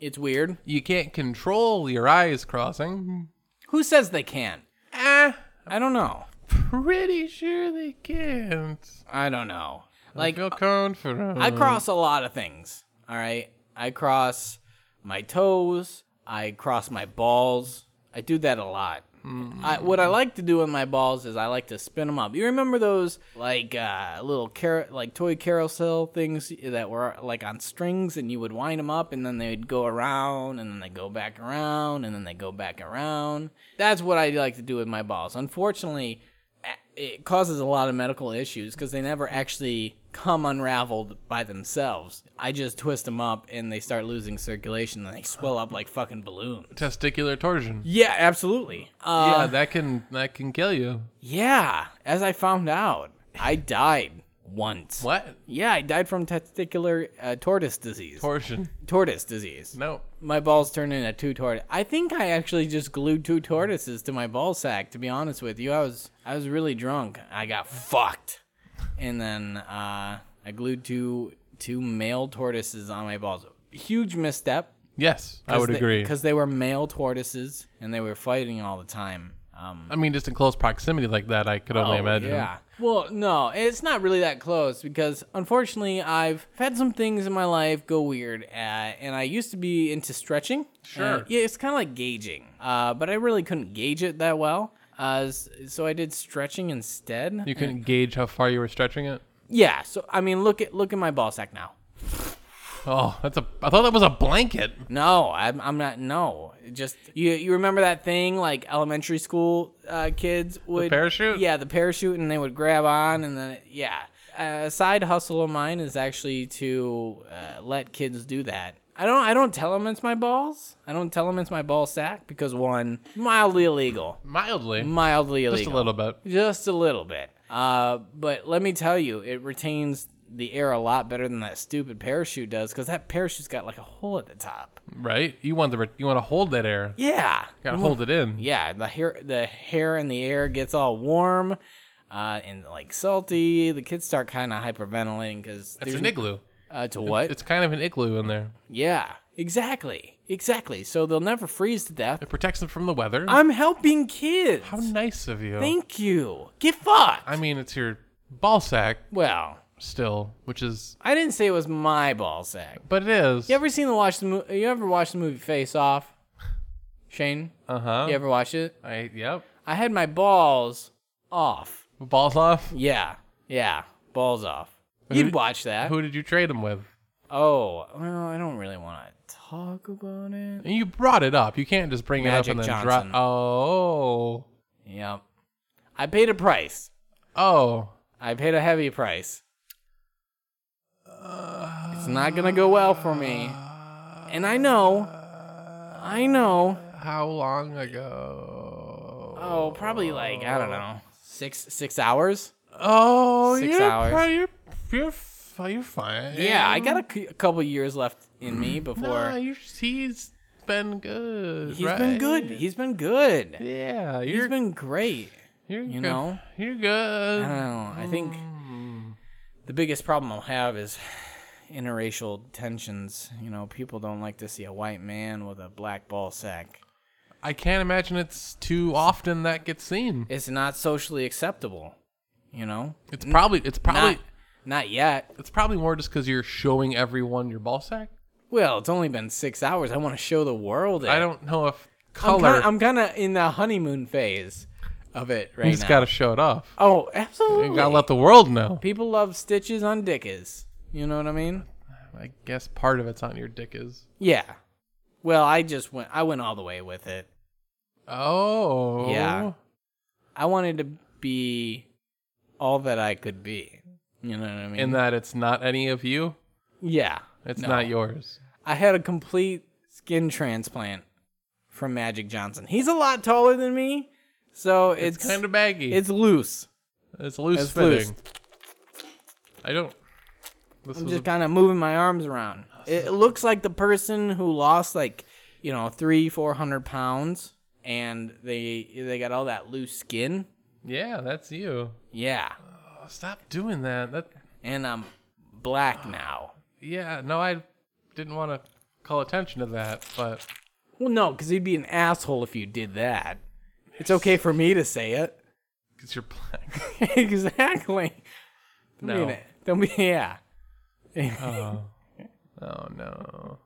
B: It's weird.
A: you can't control your eyes crossing.
B: Who says they can?
A: Ah,
B: I don't know.
A: pretty sure they can't.
B: I don't know. Like,
A: Feel confident.
B: I cross a lot of things. All right. I cross my toes. I cross my balls. I do that a lot. I, what I like to do with my balls is I like to spin them up. You remember those like uh, little car- like toy carousel things that were like on strings, and you would wind them up, and then they'd go around, and then they go back around, and then they go back around. That's what I like to do with my balls. Unfortunately, it causes a lot of medical issues because they never actually come unraveled by themselves. I just twist them up and they start losing circulation and they swell up like fucking balloons.
A: testicular torsion.
B: Yeah, absolutely.
A: yeah,
B: Uh,
A: that can that can kill you.
B: yeah, as I found out, I died once.
A: What
B: Yeah, I died from testicular uh, tortoise disease.
A: torsion?
B: tortoise disease.
A: No.
B: My balls turned into two tortoises. I think I actually just glued two tortoises to my ball sack. To be honest with you, I was I was really drunk. I got fucked, and then uh, I glued two two male tortoises on my balls. Huge misstep.
A: Yes, I would agree.
B: because they were male tortoises and they were fighting all the time. Um,
A: I mean, just in close proximity like that, I could only
B: Oh,
A: imagine.
B: Yeah. Well, no, it's not really that close because unfortunately I've had some things in my life go weird, uh, and I used to be into stretching.
A: Sure.
B: Uh, yeah, it's kind of like gauging, uh, but I really couldn't gauge it that well. Uh, s- so I did stretching instead.
A: You couldn't gauge how far you were stretching it.
B: yeah. So I mean, look at look at my ball sack now.
A: Oh, that's a. I thought that was a blanket.
B: No, I'm, I'm not. No, It just you. You remember that thing like elementary school uh, kids would
A: parachute?
B: Yeah, the parachute, and they would grab on, and then yeah. A side hustle of mine is actually to uh, let kids do that. I don't. I don't tell them it's my balls. I don't tell them it's my ball sack because one mildly illegal,
A: Mildly,
B: mildly illegal,
A: just a little bit.
B: just a little bit. Uh, but let me tell you, it retains the air a lot better than that stupid parachute does because that parachute's got like a hole at the top.
A: Right? You want the you want to hold that air.
B: Yeah.
A: Got to hold it in.
B: Yeah, the hair the hair in the air gets all warm. uh, and like salty. The kids start kind of hyperventilating because
A: It's an igloo.
B: Uh, to what?
A: It's kind of an igloo in there.
B: yeah, exactly, exactly. So they'll never freeze to death.
A: It protects them from the weather.
B: I'm helping kids.
A: How nice of you.
B: Thank you. Get fucked.
A: I mean, it's your ball sack
B: well,
A: still, which is,
B: I didn't say it was my ball sack.
A: but it is.
B: You ever seen the watch the mo- you ever watched the movie Face Off? Shane,
A: Uh huh.
B: you ever watch it?
A: I yep.
B: I had my balls off.
A: Balls off.
B: Yeah, yeah, balls off.
A: Who-
B: You'd watch that.
A: Who did you trade him with?
B: oh, well, I don't really want to talk about it.
A: You brought it up. You can't just bring it
B: Magic
A: up and then
B: Johnson.
A: drop. Oh.
B: Yep. I paid a price.
A: Oh.
B: I paid a heavy price. it's not gonna go well for me. And I know. I know.
A: How long ago?
B: Oh, probably like I don't know, six six hours.
A: Oh,
B: Six
A: you're,
B: hours.
A: pri- you're, you're, f- you're fine.
B: Yeah, I got a c- a couple years left in me
A: Nah,
B: before.
A: you're, he's been good.
B: He's
A: right?
B: been good. He's been good.
A: Yeah,
B: He's
A: you're,
B: been great.
A: you're good.
B: you know?
A: You're
B: I don't
A: good.
B: know. I think
A: Mm.
B: the biggest problem I'll have is interracial tensions. You know, people don't like to see a white man with a black ball sack.
A: I can't imagine it's too often that gets seen.
B: It's not socially acceptable. You know,
A: It's probably it's probably
B: not not yet.
A: it's probably more just because you're showing everyone your ball sack.
B: Well, it's only been six hours. I want to show the world. It.
A: I don't know if
B: I'm
A: color.
B: kinda, I'm kinda in the honeymoon phase of it right
A: you just
B: now.
A: gotta show it off.
B: oh, absolutely.
A: You gotta let the world know.
B: People love stitches on dickies. You know what I mean?
A: I guess part of it's on your dick is.
B: Yeah. Well, I just went. I went all the way with it.
A: Oh.
B: Yeah. I wanted to be all that I could be. You know what I mean?
A: In that it's not any of you.
B: yeah.
A: It's
B: Mm-hmm. No.
A: not yours.
B: I had a complete skin transplant from Magic Johnson. He's a lot taller than me, so it's,
A: It's, kind of baggy.
B: it's loose.
A: It's loose
B: It's
A: fitting.
B: loose.
A: I don't. This
B: I'm
A: was
B: just
A: a,
B: kind of moving my arms around. It it looks like the person who lost like, you know, three, four hundred pounds, and they they got all that loose skin.
A: yeah, that's you.
B: Yeah,
A: Oh, stop doing that. That
B: and I'm black now.
A: yeah. No, I didn't want to call attention to that, but
B: Well, no, because you'd be an asshole if you did that. It's okay for me to say it.
A: because you're black.
B: exactly. Don't be
A: No.
B: an- Don't be. Yeah.
A: oh no.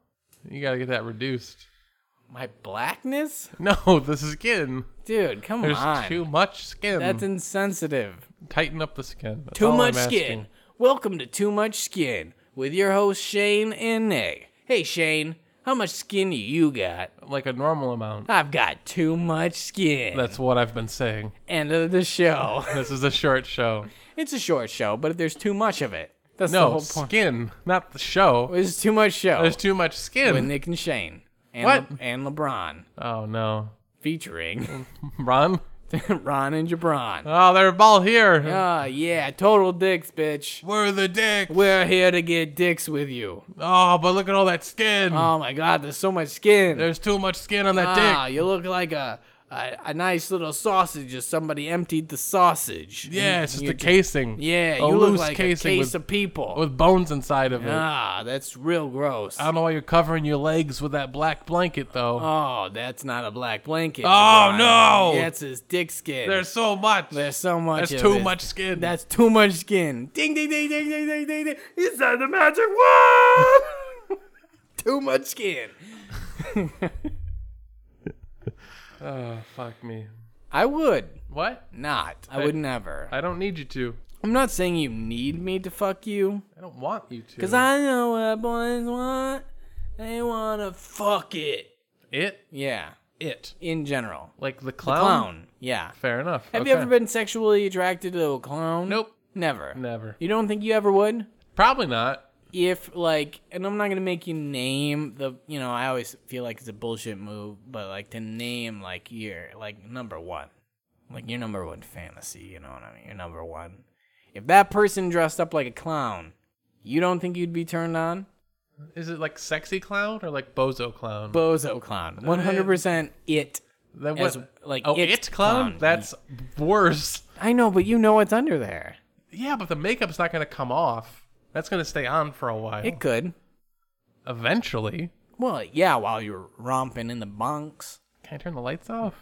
A: You gotta get that reduced.
B: My blackness,
A: No, the skin.
B: dude. Come
A: There's
B: on.
A: too much skin.
B: That's insensitive.
A: Tighten up the skin. That's
B: Too
A: all I'm
B: Much
A: asking.
B: Skin. Welcome to Too Much Skin with your host Shane and Nick. Hey Shane, how much skin do you got?
A: Like a normal amount.
B: I've got too much skin.
A: That's what I've been saying.
B: End of the show.
A: This is a short show.
B: it's a short show, but if there's too much of it, that's the
A: No
B: whole point.
A: skin, not the show.
B: There's too much show
A: There's too much
B: with
A: skin.
B: Nick and Shane and
A: What?
B: Le- and LeBron
A: Oh no,
B: featuring
A: Ron.
B: Ron and Jabron.
A: Oh, they're all here.
B: Ah, yeah, total dicks, bitch.
A: We're the dick.
B: We're here to get dicks with you.
A: Oh, but look at all that skin.
B: Oh my God, there's so much skin.
A: Hmm. There's too much skin on that
B: Ah,
A: dick.
B: you look like a, a a nice little sausage. Or somebody emptied the sausage.
A: Yeah,
B: And
A: it's just
B: you
A: a
B: ju-
A: casing.
B: Yeah,
A: a
B: you look
A: loose
B: like a
A: casing
B: case
A: with,
B: of people.
A: with bones inside of it.
B: ah, that's real gross.
A: I don't know why you're covering your legs with that black blanket though.
B: oh, that's not a black blanket. Oh
A: no!
B: that's his dick skin.
A: There's so much.
B: There's so much.
A: That's
B: of
A: too
B: it.
A: much skin.
B: That's too much skin. Ding ding ding ding ding ding ding ding. Inside the magic wand. too much skin.
A: oh fuck me.
B: I would
A: What?
B: not. I would never.
A: I don't need you to.
B: I'm not saying you need me to fuck you.
A: I don't want you to.
B: Cause I know what boys want. They wanna fuck it.
A: it
B: Yeah.
A: it
B: In general.
A: like the
B: The
A: clown.
B: clown. Yeah.
A: Fair enough.
B: Have
A: Um, Okay.
B: you ever been sexually attracted to a clown?
A: Nope.
B: Never.
A: Never.
B: You don't think you ever would?
A: Probably not.
B: If like and I'm not gonna make you name the you know, I always feel like it's a bullshit move, but like to name like your like number one. Like your number one fantasy, you know what I mean? Your number one. If that person dressed up like a clown, you don't think you'd be turned on?
A: Is it like sexy clown or like bozo clown?
B: Bozo Clown. 100% it.
A: Then
B: as- like,
A: oh,
B: it
A: it clown?
B: clown.
A: That's worse.
B: I know, but you know what's under there.
A: Yeah, but the makeup's not going to come off. That's going to stay on for a while.
B: It could.
A: Eventually.
B: Well, yeah, while you're romping in the bunks.
A: Can I turn the lights off?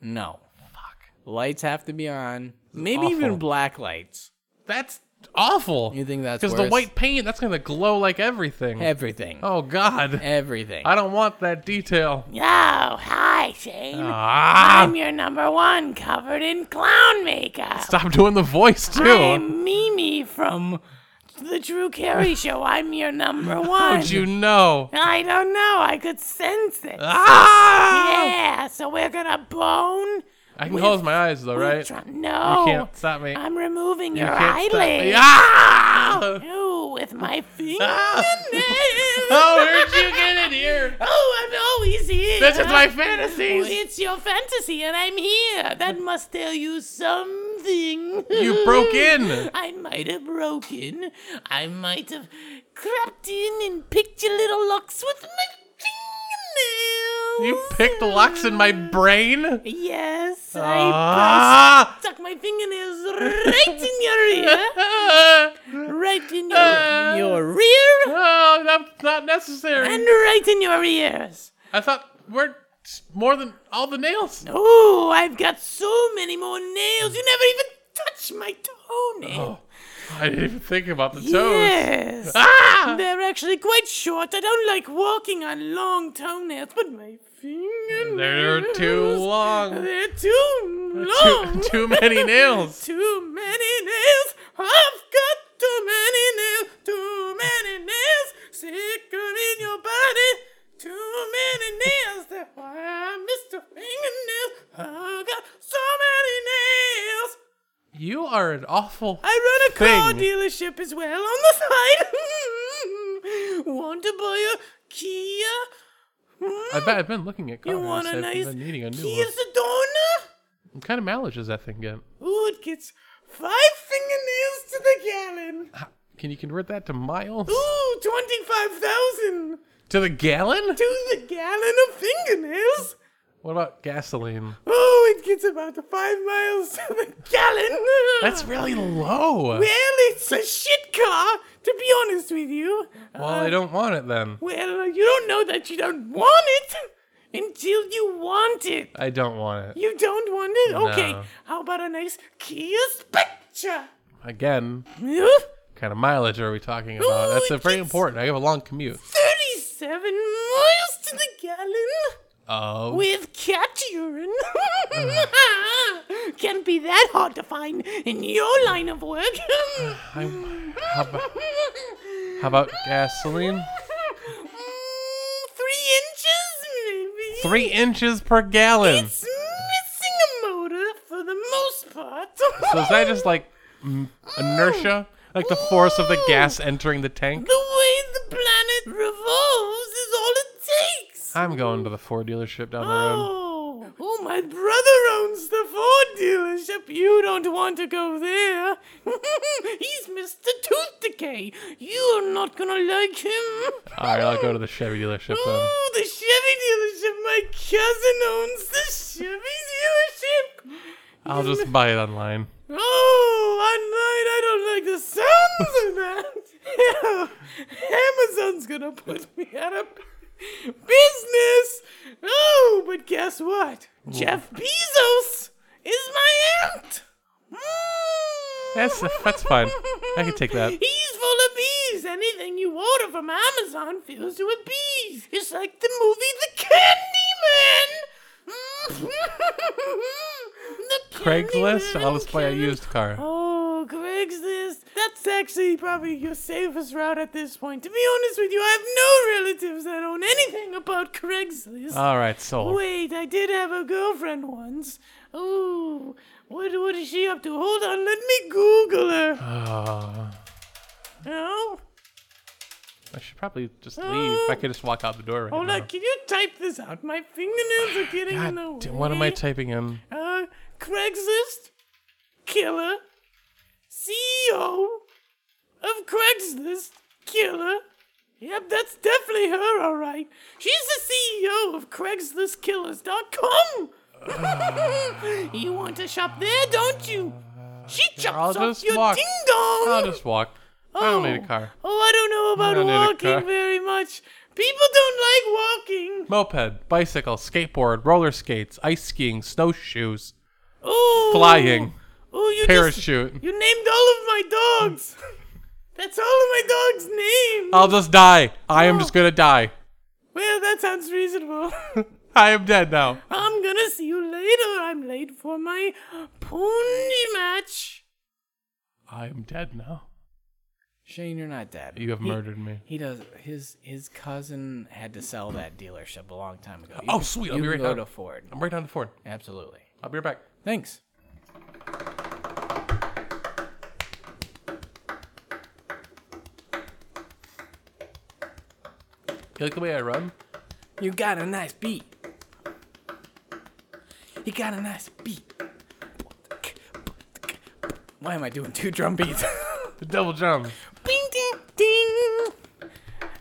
B: No.
A: Fuck.
B: Lights have to be on. Maybe
A: awful.
B: even black lights.
A: That's awful.
B: You think that's
A: Because the
B: worse?
A: white paint, that's going to glow like everything.
B: Everything.
A: oh, God.
B: Everything.
A: I don't want that detail.
C: Yo, hi, Shane.
A: Ah,
C: I'm your number one covered in clown makeup.
A: stop doing the voice, too.
C: I'm Mimi from The Drew Carey Show. I'm your number one.
A: How'd you know?
C: I don't know. I could sense
A: Oh.
C: it.
A: Ah!
C: Yeah, so we're gonna bone.
A: I can close my eyes, though,
C: We're
A: right?
C: try- no.
A: can't stop me.
C: I'm removing
A: You
C: your
A: can't stop me.
C: eyelid.
A: Ah!
C: Ew, with my fingernails.
A: Oh, where'd you get it here?
C: Oh, I'm always here.
A: This is my fantasies.
C: It's your fantasy, and I'm here. That must tell you something.
A: You broke in.
C: I might have broken. I might have crept in and picked your little locks with my
A: You
C: fingernails.
A: picked locks in my brain?
C: Yes, I
A: Ah!
C: stuck my fingernails right in your
A: Ah!
C: ear, right in
A: Uh.
C: your, your rear,
A: Oh, that's not necessary.
C: and right in your ears.
A: I thought we're more than all the nails.
C: Oh, I've got so many more nails. You never even touched my toenail.
A: I didn't even think about the toes.
C: Yes.
A: Ah!
C: They're actually quite short. I don't like walking on long toenails, but my fingernails.
A: They're too long.
C: They're too
A: Too,
C: long.
A: too many nails.
C: Too many nails. I've got too many nails. Too many nails. Sick 'em in your body. Too many nails. That's why I'm Mr. Fingernails. I've got so many nails.
A: You are an awful.
C: I run a car
A: Thing.
C: dealership as well on the side. Want to buy a Kia? Hmm?
A: I bet I've been looking at cars.
C: You want a
A: I've
C: nice
A: been needing a new
C: Kia
A: one.
C: Sedona?
A: What kind of mileage does that thing get?
C: Ooh, it gets five fingernails to the gallon.
A: Can you convert that to miles?
C: Ooh, 25,000
A: To the gallon?
C: to the gallon of fingernails.
A: What about gasoline?
C: Oh, it gets about five miles to the gallon.
A: That's really low.
C: Well, it's a shit car, to be honest with you.
A: Well, I don't want it then.
C: Well, you don't know that you don't want it until you want it.
A: I don't want it.
C: You don't want it? Okay,
A: No.
C: how about a nice Kia Spectra?
A: Again,
C: Huh?
A: kind of mileage are we talking about?
C: Ooh,
A: That's
C: it
A: uh, very
C: gets-
A: important. I have a long commute.
C: 37 miles to the gallon.
A: Oh.
C: with cat urine. Can't be that hard to find in your line of work.
A: I'm- how about, how about gasoline?
C: Mm, Three inches, maybe.
A: Three inches per gallon.
C: It's missing a motor for the most part.
A: So is that just like m- inertia, like the force of the gas entering the tank?
C: the way the planet revolves is all it takes.
A: I'm going to the Ford dealership down the road.
C: Oh, oh, my brother owns the Ford dealership. You don't want to go there. He's Mr. Tooth Decay. You're not gonna like him.
A: All right, I'll go to the Chevy dealership then.
C: Oh, the Chevy dealership. My cousin owns the Chevy dealership.
A: I'll just buy it online.
C: Oh, online, Oh, I don't like the sounds of that. Amazon's gonna put me out of business. Oh, but guess what? Jeff Bezos is my aunt. Mm.
A: That's that's fine. I can take that.
C: He's full of bees. Anything you order from Amazon fills you with bees. It's like the movie The Candyman. the
A: Craigslist.
C: Candyman
A: I'll just buy a
C: can-
A: used car.
C: Oh, Craigslist. That's actually probably your safest route at this point. To be honest with you, I have no relatives that own anything about Craigslist.
A: All right, sold.
C: Wait, I did have a girlfriend once. Ooh, what what is she up to? Hold on, let me Google her.
A: Ah,
C: Oh,
A: I should probably just leave. I could just walk out the door right
C: hold
A: now.
C: on. Can you type this out? My fingernails are getting in the
A: uh. God,
C: way.
A: damn, what am I typing in?
C: Uh, Craigslist killer, CEO of Craigslist killer. Yep, that's E definitely her, all right. She's the CEO of CraigslistKillers.com. you want to shop there, don't you? She chops
A: I'll
C: off
A: just
C: your
A: walk.
C: ding dong.
A: I'll just walk. I don't need a car.
C: Oh, I don't know about
A: don't need a car.
C: walking very much. People don't like walking.
A: Moped, bicycle, skateboard, roller skates, ice skiing, snowshoes,
C: Oh,
A: flying,
C: Oh, you just,
A: parachute.
C: you named all of my dogs. That's all of my dogs' names.
A: I'll just die. I am just gonna die.
C: well, that sounds reasonable.
A: I am dead now.
C: I'm gonna see you later. I'm late for my pony match.
A: I am dead now.
B: Shane, you're not dead.
A: You have
B: He-
A: murdered me.
B: He does. His his cousin had to sell that dealership a long time ago. You
A: Oh,
B: can-
A: sweet,
B: You
A: I'll be
B: can
A: right
B: go
A: down.
B: to Ford.
A: I'm right down the Ford.
B: Absolutely.
A: I'll be right back.
B: Thanks.
A: You like the way I run?
B: You got a nice beat. You got a nice beat. Why am I doing two drum beats?
A: The double jump.
C: Bing ding ding.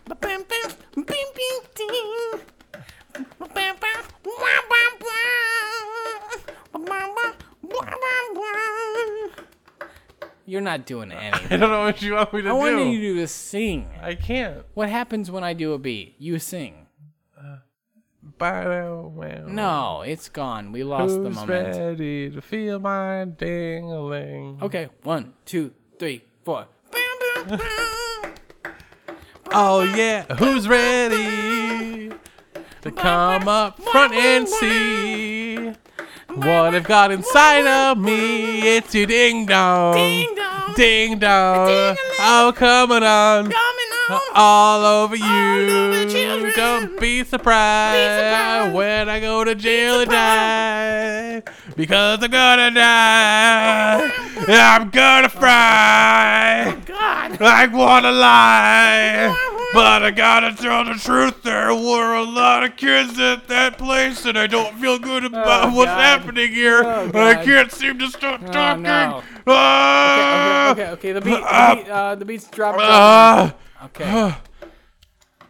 C: Ba bam bam. Bing bing ding. Ba bam bam. Wah bam bam. Ba bam bam. Wah bam bam.
B: You're not doing anything.
A: I don't know what you want me to
B: I wanted
A: do.
B: you to sing.
A: I can't.
B: What happens when I do a beat? You sing.
A: Bow, wow.
B: No, it's gone. We lost the
A: Who's
B: moment.
A: ready to feel my ding-a-ling?
B: Okay, one, two, three, four.
C: Bam bam bam.
A: Oh yeah, who's ready to come up front and see what I've got inside of me? It's your ding dong,
C: Ding dong.
A: ding dong.
C: Ding-a-ling.
A: Oh, coming on, Uh,
C: Coming on.
A: all over
C: over
A: you.
C: children.
A: Don't be surprised
C: surprised.
A: when I go to jail and die, because I'm gonna die. I'm gonna fry.
C: Oh, God.
A: I wanna lie, but I gotta tell the truth. There were a lot of kids at that place, and I don't feel good about
B: Oh,
A: Uh, what's
B: God.
A: happening here.
B: Oh,
A: I
B: God. Oh,
A: can't seem to stop talking.
B: no.
A: Ah!
B: Okay, okay, okay. The beat, the beat, uh, the beat's dropped.
A: Ah!
B: Okay.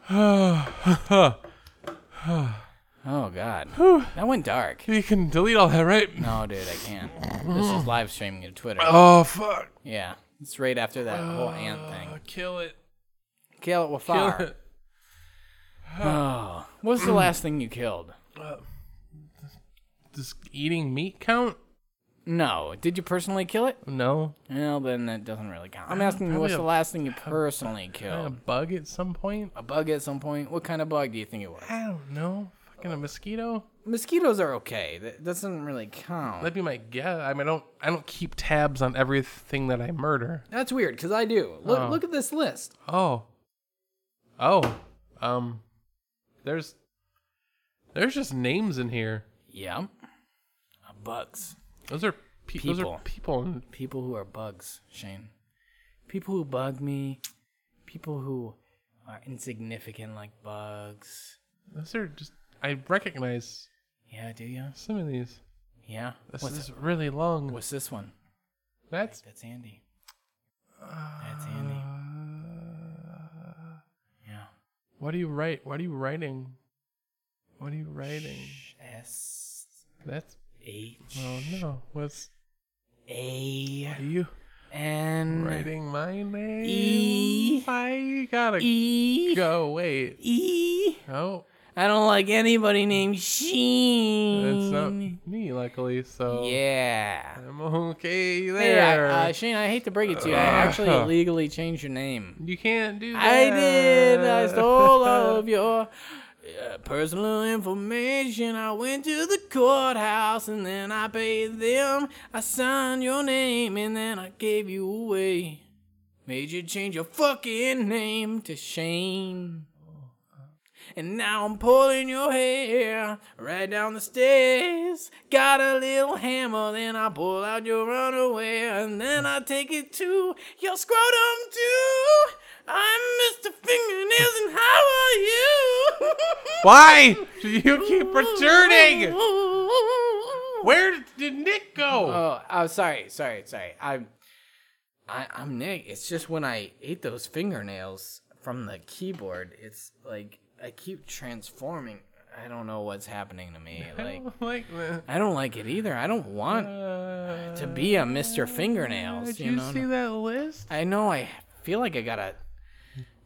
A: Ah!
B: Oh God, that went dark.
A: you can delete all that, right?
B: No, dude, I can't. This is live streaming to Twitter.
A: Oh fuck!
B: Yeah, it's right after that whole ant thing.
A: Kill it!
B: Kill it with
A: Ah! Kill
B: fire.
A: it! Mm.
B: Oh, what was the last thing you killed?
A: Does eating meat count?
B: No, did you personally kill it?
A: No.
B: Well, then that doesn't really count. I'm asking you, what's
A: a-
B: the last thing you personally
A: A
B: killed?
A: bug at some point?
B: A bug at some point. What kind of bug do you think it was?
A: I don't know. Fucking a mosquito?
B: Mosquitoes are okay. That doesn't really count.
A: That'd be my guess. I mean, I don't, I don't keep tabs on everything that I murder.
B: That's weird because I do. Look, look at this list.
A: Oh, oh, um, there's, there's just names in here.
B: Yeah. Uh, Bugs.
A: Those are pe- Those are
B: People.
A: people. and-
B: People who are bugs, Shane. People who bug me. People who are insignificant like bugs.
A: Those are just. I recognize
B: Yeah, do you?
A: some of these.
B: Yeah.
A: This
B: what's,
A: is really long.
B: what's this one?
A: That's
B: That's Andy. That's Andy. Yeah.
A: what do you write? What are you writing? What are you writing?
B: S
A: That's
B: H
A: oh no. What's
B: A
A: are you
B: N
A: writing? My name.
B: E.
A: I gotta
B: E
A: go. Wait.
B: E.
A: Oh.
B: I don't like anybody named Sheen.
A: It's not me, luckily, so
B: E. Yeah.
A: I'm okay
B: Hey,
A: there.
B: I, uh, Shane, I hate to break it to you. I actually illegally changed your name.
A: you can't do that.
B: I did. uh, I stole all of your uh, personal information. I went to the courthouse and then I paid them. I signed your name and then I gave you away. Made you change your fucking name to Shane. And now I'm pulling your hair right down the stairs. Got a little hammer, then I pull out your underwear, and then I take it to your scrotum too. I'm Mr. Fingernails, and how are you?
A: Why do you keep returning? Where did Nick go?
B: Oh, oh, sorry, sorry, sorry. I'm, I, I'm Nick. It's just when I ate those fingernails from the keyboard, it's like I keep transforming. I don't know what's happening to me. Like
A: like that.
B: I don't like it either. I don't want
A: Uh,
B: to be a Mr. Fingernails.
A: did
B: you
A: you
B: know?
A: see that list?
B: I know. I feel like I gotta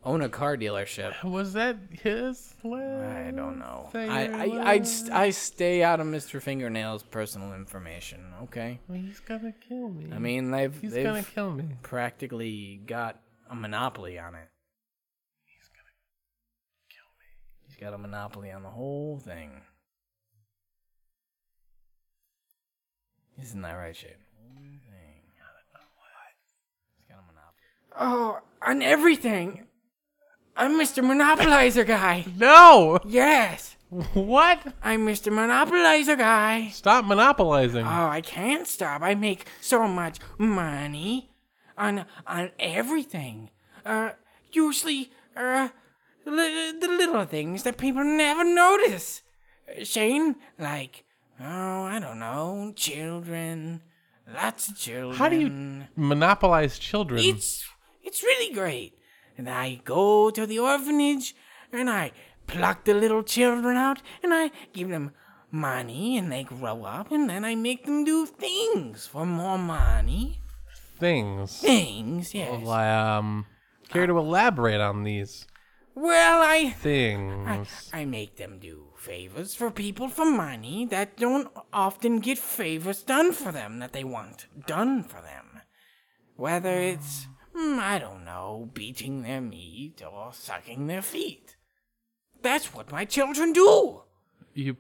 B: own a car dealership.
A: Was that his list?
B: I don't know.
A: Say
B: I
A: your
B: I I'd st- I stay out of Mr. Fingernails' personal information. Okay.
A: He's gonna kill me.
B: I mean they've
A: Mm. he's
B: they've
A: gonna kill me.
B: practically got a monopoly on it. He's gonna kill me. He's got a monopoly on the whole thing. Isn't that right, Shane? Whole thing. He's got a monopoly. Oh, on everything. I'm Mr. Monopolizer guy.
A: No.
B: Yes,
A: What?
B: I'm Mr. Monopolizer guy.
A: Stop monopolizing.
B: Oh, I can't stop. I make so much money on on everything. Uh, usually, uh, li- the little things that people never notice. Uh, Shane, like, oh, I don't know, children, lots of children.
A: How do you monopolize children?
B: It's it's really great. And I go to the orphanage and I pluck the little children out and I give them money and they grow up and then I make them do things for more money.
A: things.
B: Things, yes.
A: Um, care to elaborate on these
B: Well, I I,
A: things?
B: I make them do favors for people for money that don't often get favors done for them that they want done for them. Whether it's, mm, I don't know, beating their meat or sucking their feet. That's what my children do.
A: You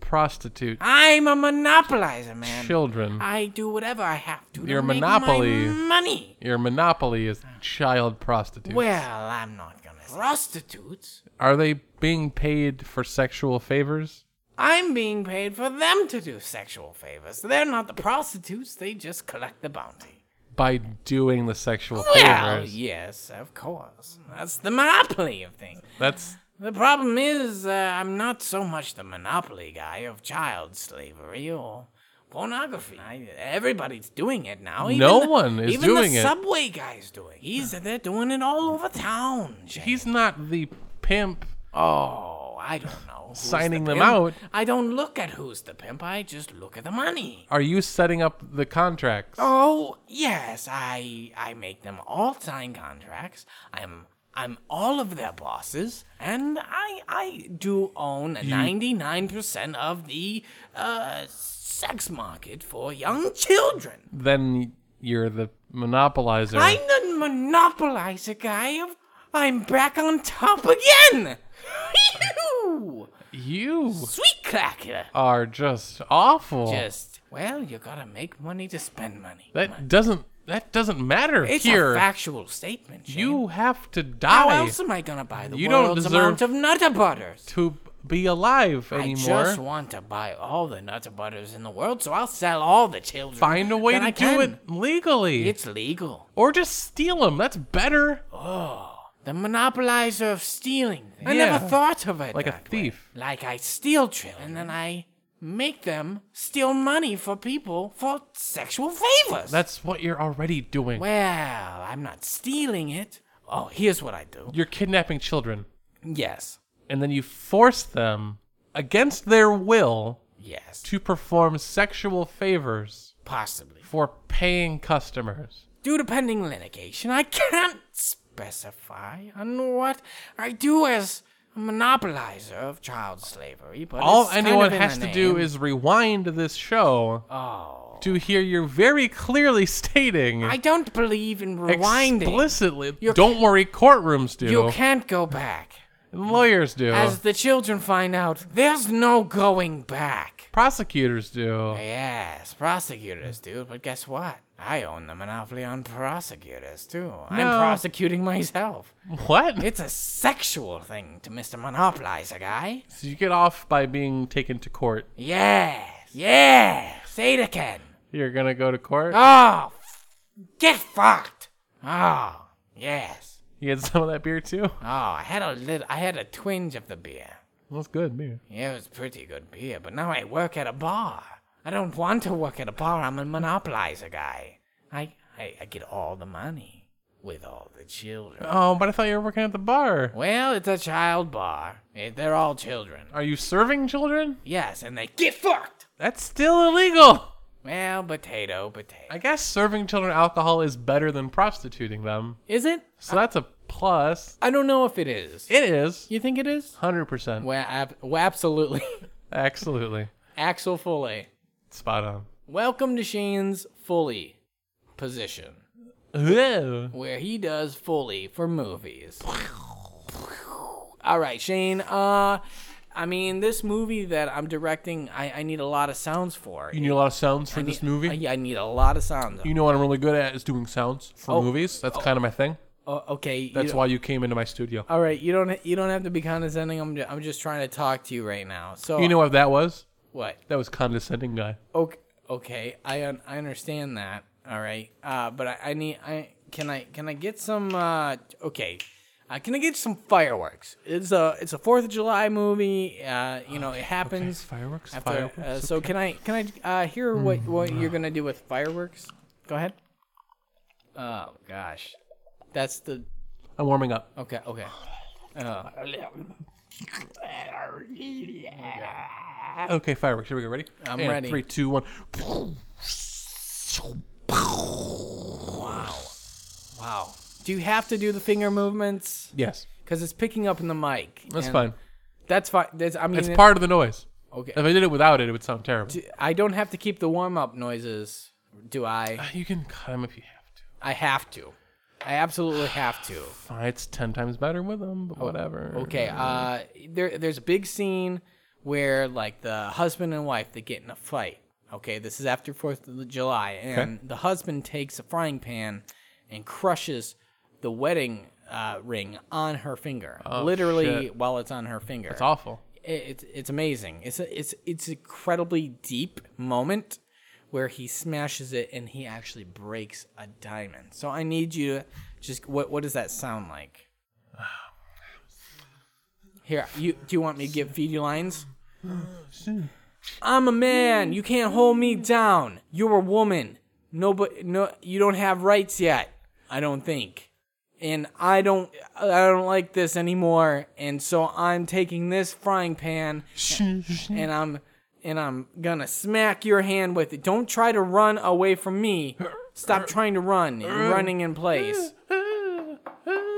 A: prostitute
B: I'm a monopolizer, man.
A: children.
B: I do whatever I have to. to
A: Your
B: make
A: monopoly-
B: My money.
A: Your monopoly is child prostitutes.
B: Well, I'm not gonna. say- Prostitutes?
A: Are they being paid for sexual favors?
B: I'm being paid for them to do sexual favors. They're not the prostitutes, they just collect the bounty.
A: By doing the sexual
B: Well,
A: favors.
B: yes, of course. That's the monopoly of things.
A: That's
B: The problem is, uh, I'm not so much the monopoly guy of child slavery or pornography. I, everybody's doing it now. Even
A: No
B: the-
A: one is
B: even
A: doing
B: the
A: it.
B: subway guy's doing. He's they're doing it all over town. Shane.
A: he's not the pimp.
B: oh, I don't know. who's the
A: Signing them
B: pimp.
A: out.
B: I don't look at who's the pimp. I just look at the money.
A: Are you setting up the contracts?
B: Oh yes, I I make them all sign contracts. I'm I'm all of their bosses, and I I do own ninety nine percent of the uh, sex market for young children.
A: Then you're the monopolizer.
B: I'm the monopolizer guy of. I'm back on top again. Phew!
A: You
B: Sweet cracker.
A: are just awful.
B: Just well, you gotta make money to spend money.
A: that doesn't that doesn't matter
B: It's
A: here.
B: a factual statement. Shane.
A: you have to
B: How
A: die
B: else am I gonna buy the
A: You don't
B: world's
A: deserve-
B: amount of Nutter Butters?
A: to be alive anymore.
B: I just want to buy all the Nutter Butters in the world, so I'll sell all the children.
A: Find a way
B: that
A: to
B: I
A: do
B: can.
A: it legally.
B: It's Oh, legal.
A: or just steal them. That's better.
B: The monopolizer of stealing. I never
A: Yeah.
B: thought of it.
A: like a
B: that way.
A: thief.
B: Like I steal children, and then I make them steal money for people for sexual favors.
A: That's what you're already doing.
B: well, I'm not stealing it. Oh, here's what I do.
A: You're kidnapping children,
B: Yes.
A: and then you force them, against their will,
B: Yes.
A: to perform sexual favors
B: Possibly.
A: for paying customers.
B: due to pending litigation, I can't specify on what I do as a monopolizer of child slavery. But
A: All
B: it's kind
A: anyone
B: of in
A: has
B: the
A: to do
B: name.
A: is rewind this show
B: Oh,
A: to hear you very clearly stating
B: I don't believe in rewinding.
A: explicitly.
B: You
A: don't worry, courtrooms do.
B: You can't go back.
A: Lawyers do.
B: As the children find out, there's no going back.
A: prosecutors do.
B: Yes, prosecutors do, but guess what? I own the monopoly on prosecutors too.
A: No.
B: I'm prosecuting myself.
A: What?
B: It's a sexual thing to Mr. Monopolizer guy.
A: So you get off by being taken to court.
B: Yes. Yes. Say it again.
A: You're gonna go to court.
C: Ah,
B: Oh, f- get fucked. Oh, yes.
A: You had some of that beer too.
B: Oh, I had a little, I had a twinge of the beer.
A: That's good beer.
B: Yeah, it was pretty good beer, but now I work at a bar. I don't want to work at a bar. I'm a monopolizer guy. I, I, I get all the money.
C: with all the children.
A: Oh, but I thought you were working at the bar.
C: Well, it's a child bar. Eh, They're all children.
A: Are you serving children?
C: Yes, and they get fucked.
A: That's still illegal.
C: Well, potato, potato.
A: I guess serving children alcohol is better than prostituting them.
B: Is it?
A: So that's a plus.
B: I don't know if it is.
A: It is.
B: You think it is?
A: 100%.
B: Well, ab- well absolutely.
A: Absolutely.
B: Axel Foley.
A: Spot on.
B: Welcome to Shane's Foley position,
A: Ew.
B: where he does Foley for movies. All right, Shane. Uh, I mean, this movie that I'm directing, I, I need a lot of sounds for.
A: You need a lot of sounds for this movie?
B: I, I need a lot of sounds.
A: you know what I'm really good at is doing sounds for movies. That's kind of my thing.
B: Oh, okay. you
A: That's
B: don't-
A: why you came into my studio.
B: All right, you don't you don't have to be condescending. I'm just, I'm just trying to talk to you right now. So
A: You know what that was?
B: what?
A: That was condescending guy.
B: Okay, okay. I un- I understand that. All right. Uh, but I, I need I can I can I get some uh okay. Uh, can I get some fireworks? It's a it's a Fourth of July movie. Uh, you know it happens.
A: Fireworks.
B: after-
A: fireworks.
B: Uh, so can I can I uh, hear what what you're gonna do with fireworks? Go ahead. Oh gosh, that's the
A: I'm warming up.
B: okay okay. Uh,
A: Okay, fireworks. Here we go. Ready?
B: I'm
A: And
B: ready.
A: Three, two, one.
B: wow. Do you have to do the finger movements?
A: Yes,
B: because it's picking up in the mic.
A: that's
B: and
A: fine.
B: That's fine. That's, I mean,
A: It's part of the noise.
B: Okay.
A: If I did it without it, it would sound terrible.
B: I don't have to keep the warm up noises, do I?
A: You can cut them if you have to.
B: I have to. I absolutely have to.
A: Fine, it's ten times better with them, but whatever.
B: Oh, Okay. Uh, there, there's a big scene where like the husband and wife they get in a fight. Okay, this is after Fourth of July, and the husband takes a frying pan and crushes the wedding uh, ring on her finger, literally
A: Oh, shit.
B: while it's on her finger.
A: It's awful.
B: it- it's it's amazing. It's a, it's it's incredibly deep moment where he smashes it and he actually breaks a diamond. So I need you to just what what does that sound like? Here, you do you want me to give feed you lines? I'm a man. You can't hold me down. You're a woman. Nobody, no, you don't have rights yet. I don't think and I don't I don't like this anymore and so I'm taking this frying pan and I'm and I'm gonna smack your hand with it. Don't try to run away from me. Stop trying to run. You're running in place.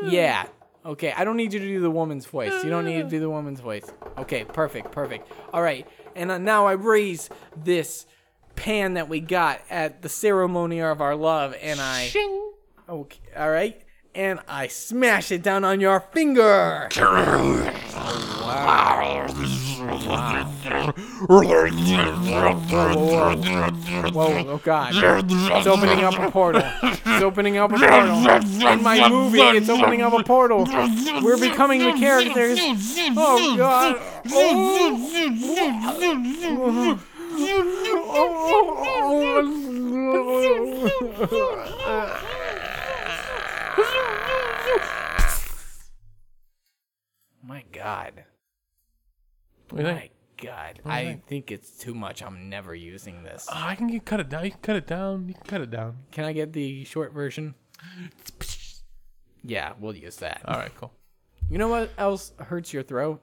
B: Yeah. Okay, I don't need you to do the woman's voice. You don't need to do the woman's voice. Okay, perfect, perfect. All right, and uh, now I raise this pan that we got at the ceremony of our love, and I. Okay, all right. And I smash it down on your finger. Whoa, oh god. It's opening up a portal. It's opening up a portal. In my movie, it's opening up a portal. We're becoming the characters. Oh god. Oh. My god.
A: What do you
B: My
A: think?
B: god. I think it's too much. I'm never using this.
A: Ah, I can get, cut it down. You can cut it down. You can cut it down.
B: Can I get the short version? Yeah, we'll use that.
A: All right, cool.
B: You know what else hurts your throat?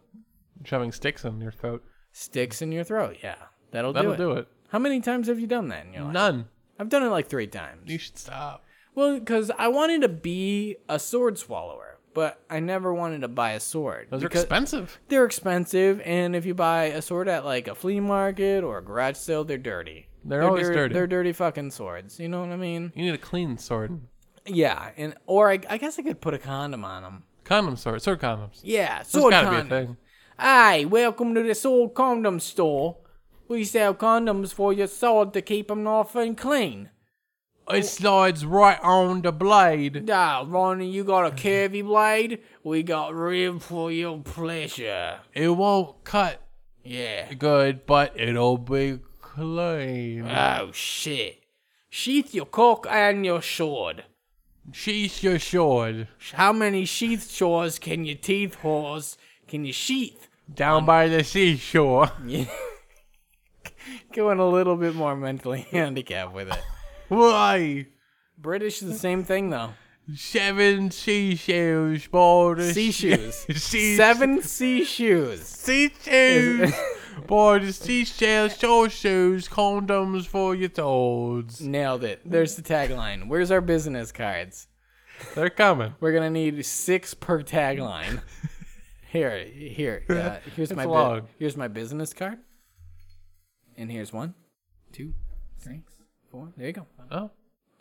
A: Shoving sticks in your throat.
B: Sticks in your throat. Yeah, that'll,
A: That'll
B: do, it. Mm,
A: do it.
B: How many times have you done that in your life?
A: None.
B: I've done it like three times.
A: You should stop.
B: Well, because I wanted to be a sword swallower, but I never wanted to buy a sword.
A: Those
B: because
A: are expensive.
B: They're expensive, and if you buy a sword at like a flea market or a garage sale, they're dirty.
A: They're always
B: dir-
A: dirty.
B: They're dirty fucking swords. You know what I mean?
A: You need a clean sword.
B: Yeah, and or I, I guess I could put a condom on them.
A: Condom sword. Sword condoms.
B: Yeah,
A: That's
B: sword
A: gotta
B: condom.
A: be a thing.
B: Hi, welcome to the Sword Condom Store. We sell condoms for your sword to keep them nice and clean.
A: It slides right on the blade.
B: Now, Ronnie, you got a curvy blade? We got rib for your pleasure.
A: It won't cut
B: Yeah.
A: good, but it'll be clean.
B: Oh, shit. Sheath your cock and your sword.
A: Sheath your sword
B: How many sheath shores can your teeth horse? Can you sheath?
A: down by the seashore.
B: Going a little bit more mentally handicapped with it.
A: Why?
B: British is the same thing, though.
A: Seven seashells by the
C: Sea shoes.
A: sea-
C: Seven sea shoes.
A: seashells by the seashell shore shoes, condoms for your toads.
C: Nailed it. There's the tagline. Where's our business cards?
A: They're coming.
C: We're gonna need six per tagline. Here, here. Uh, here's my bu-
A: long.
C: here's my business card. And here's one, two, three, four. There you go.
A: Oh.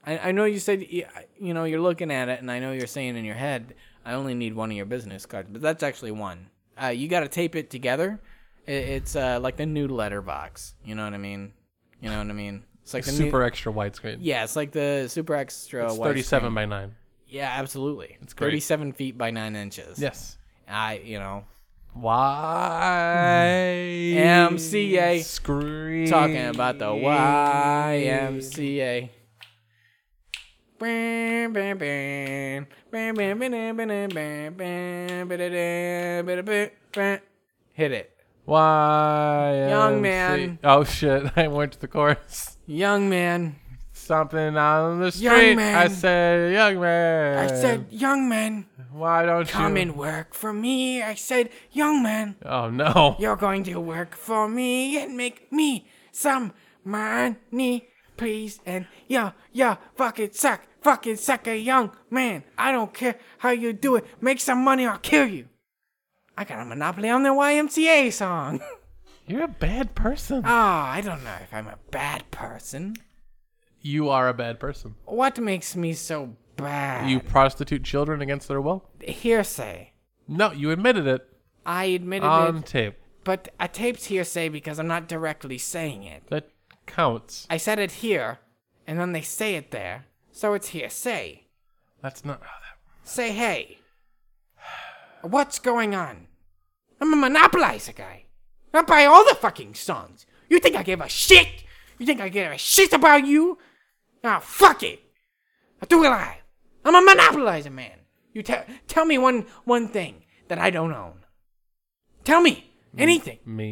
C: I, I know you said y- you know you're looking at it, and I know you're saying in your head, I only need one of your business cards, but that's actually one. Uh, you got to tape it together. I it's uh, like the new letterbox. You know what I mean? You know what I mean? It's like the
A: Super
C: New,
A: extra widescreen.
C: yeah, it's like the super extra.
A: It's
C: widescreen.
A: 37 by 9.
C: Yeah, absolutely. It's
A: great.
C: Thirty-seven feet by nine inches.
A: Yes.
C: I, you know,
A: Why?
C: MCA.
A: Scream.
C: talking about the YMCA. Hit it.
A: Why?
C: Young man.
A: Oh shit! I went to the chorus.
C: Young man.
A: Something on the street.
C: Young man.
A: I said, young man.
C: I said, young man,
A: why don't
C: come
A: you?
C: and work for me. I said, young man,
A: Oh no.
C: you're going to work for me and make me some money, please. And yo, yo, fucking suck, fucking suck a young man. I don't care how you do it. Make some money or I'll kill you. I got a monopoly on the YMCA song.
A: You're a bad person.
C: Ah, I don't know if I'm a bad person.
A: you are a bad person.
C: What makes me so bad?
A: You prostitute children against their will.
C: hearsay.
A: No, you admitted it
C: I admitted
A: on
C: it,
A: tape.
C: but I taped hearsay because I'm not directly saying it.
A: That counts.
C: I said it here, and then they say it there, so it's hearsay.
A: That's not how that.
C: Say hey. What's going on? I'm a monopolizer guy. I buy all the fucking songs. You think I give a shit? You think I give a shit about you? Nah, fuck it. I do it live. I'm a monopolizer man. You tell tell me one one thing that I don't own. Tell me anything.
A: Me.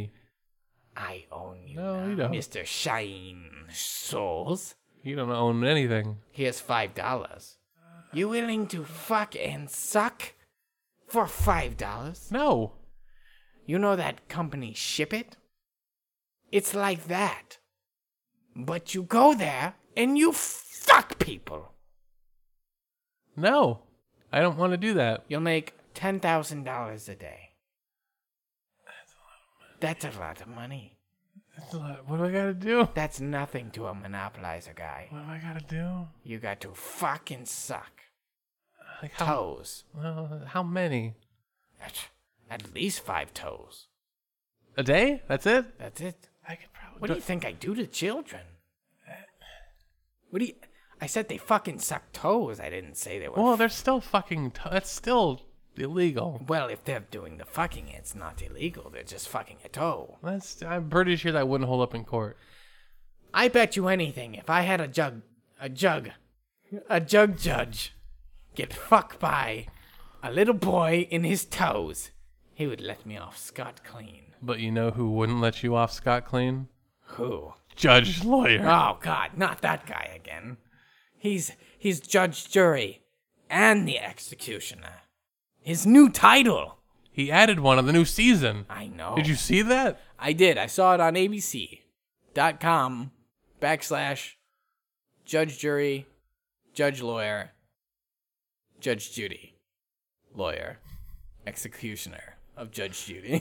C: I own you,
A: Hmm. No,
C: now,
A: you don't.
C: Mr. Shine Souls.
A: You don't own anything.
C: Here's five dollars. You willing to fuck and suck for five dollars?
A: No.
C: You know that company ship it? It's like that. But you go there and you fuck people.
A: No. I don't want to do that.
C: You'll make ten thousand dollars a day. That's a lot of money.
A: That's a lot. What do I gotta do?
C: That's nothing to a monopolizer guy.
A: What do I gotta do?
C: You got to fuck and suck.
A: Like how?
C: Toes.
A: Well, how many?
C: At- At least five toes.
A: A day? That's it?
C: That's it.
A: I could probably.
C: What do you think I do to children? What do you? I said they fucking suck toes. I didn't say they were.
A: Well, they're still fucking. T- that's still illegal.
C: well, if they're doing the fucking, it's not illegal. They're just fucking a toe.
A: That's. I'm pretty sure that wouldn't hold up in court.
C: I bet you anything. If I had a jug, a jug, a jug judge, get fucked by a little boy in his toes, he would let me off scot clean.
A: But you know who wouldn't let you off scot clean?
C: Who?
A: Judge lawyer.
C: Oh God, not that guy again. He's he's judge, jury, and the executioner. His new title.
A: He added one on the new season.
C: I know.
A: Did you see that?
C: I did. I saw it on ABC.com backslash judge, jury, judge, lawyer, judge Judy, lawyer, executioner of Judge Judy.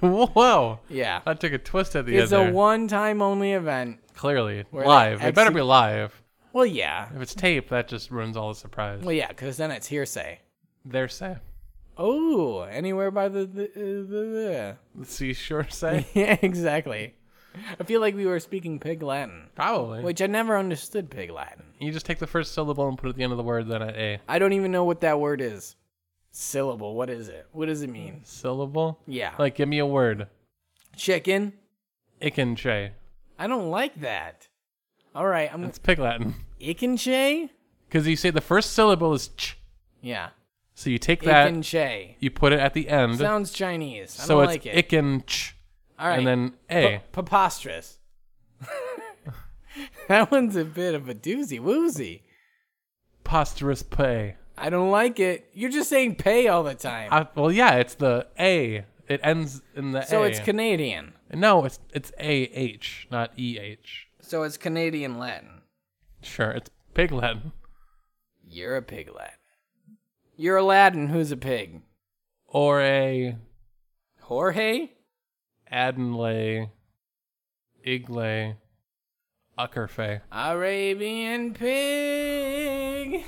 A: Whoa.
C: yeah.
A: That took a twist at the
C: It's
A: end.
C: a
A: there.
C: one-time only event.
A: Clearly.
C: Where
A: live.
C: they
A: It better
C: exec-
A: be live.
C: Well, yeah.
A: If it's tape, that just ruins all the surprise.
C: Well, yeah, because then it's hearsay.
A: Their say.
C: Oh, anywhere by the the, the,
A: The seashore
C: the.
A: say?
C: yeah, exactly. I feel like we were speaking Pig Latin,
A: Probably.
C: which I never understood Pig Latin.
A: You just take the first syllable and put it at the end of the word, then an A.
C: I don't even know what that word is. Syllable. What is it? What does it mean?
A: Syllable?
C: Yeah.
A: Like, give me a word.
C: Chicken.
A: Icken tray.
C: I don't like that. All right, I'm
A: It's pig Latin.
C: Ikenche.
A: Because you say the first syllable is ch.
C: Yeah,
A: So you take that,
C: Ikenche.
A: you put it at the end.
C: Sounds Chinese. I
A: so
C: don't
A: it's
C: like it.
A: icken ch.
C: All right,
A: And then A.
C: P- preposterous. that one's a bit of a doozy woozy.
A: Posterous pay.
C: I don't like it. You're just saying pay all the time.
A: I, well, yeah, it's the A. It ends in the
C: so
A: A.
C: it's Canadian.
A: no, it's it's A H, not E H.
C: So it's Canadian Latin.
A: Sure, it's pig Latin.
C: You're a pig Latin. You're Aladdin who's a pig.
A: or a
C: Jorge?
A: Adenlay, Igle, Uckerfe.
C: Arabian pig.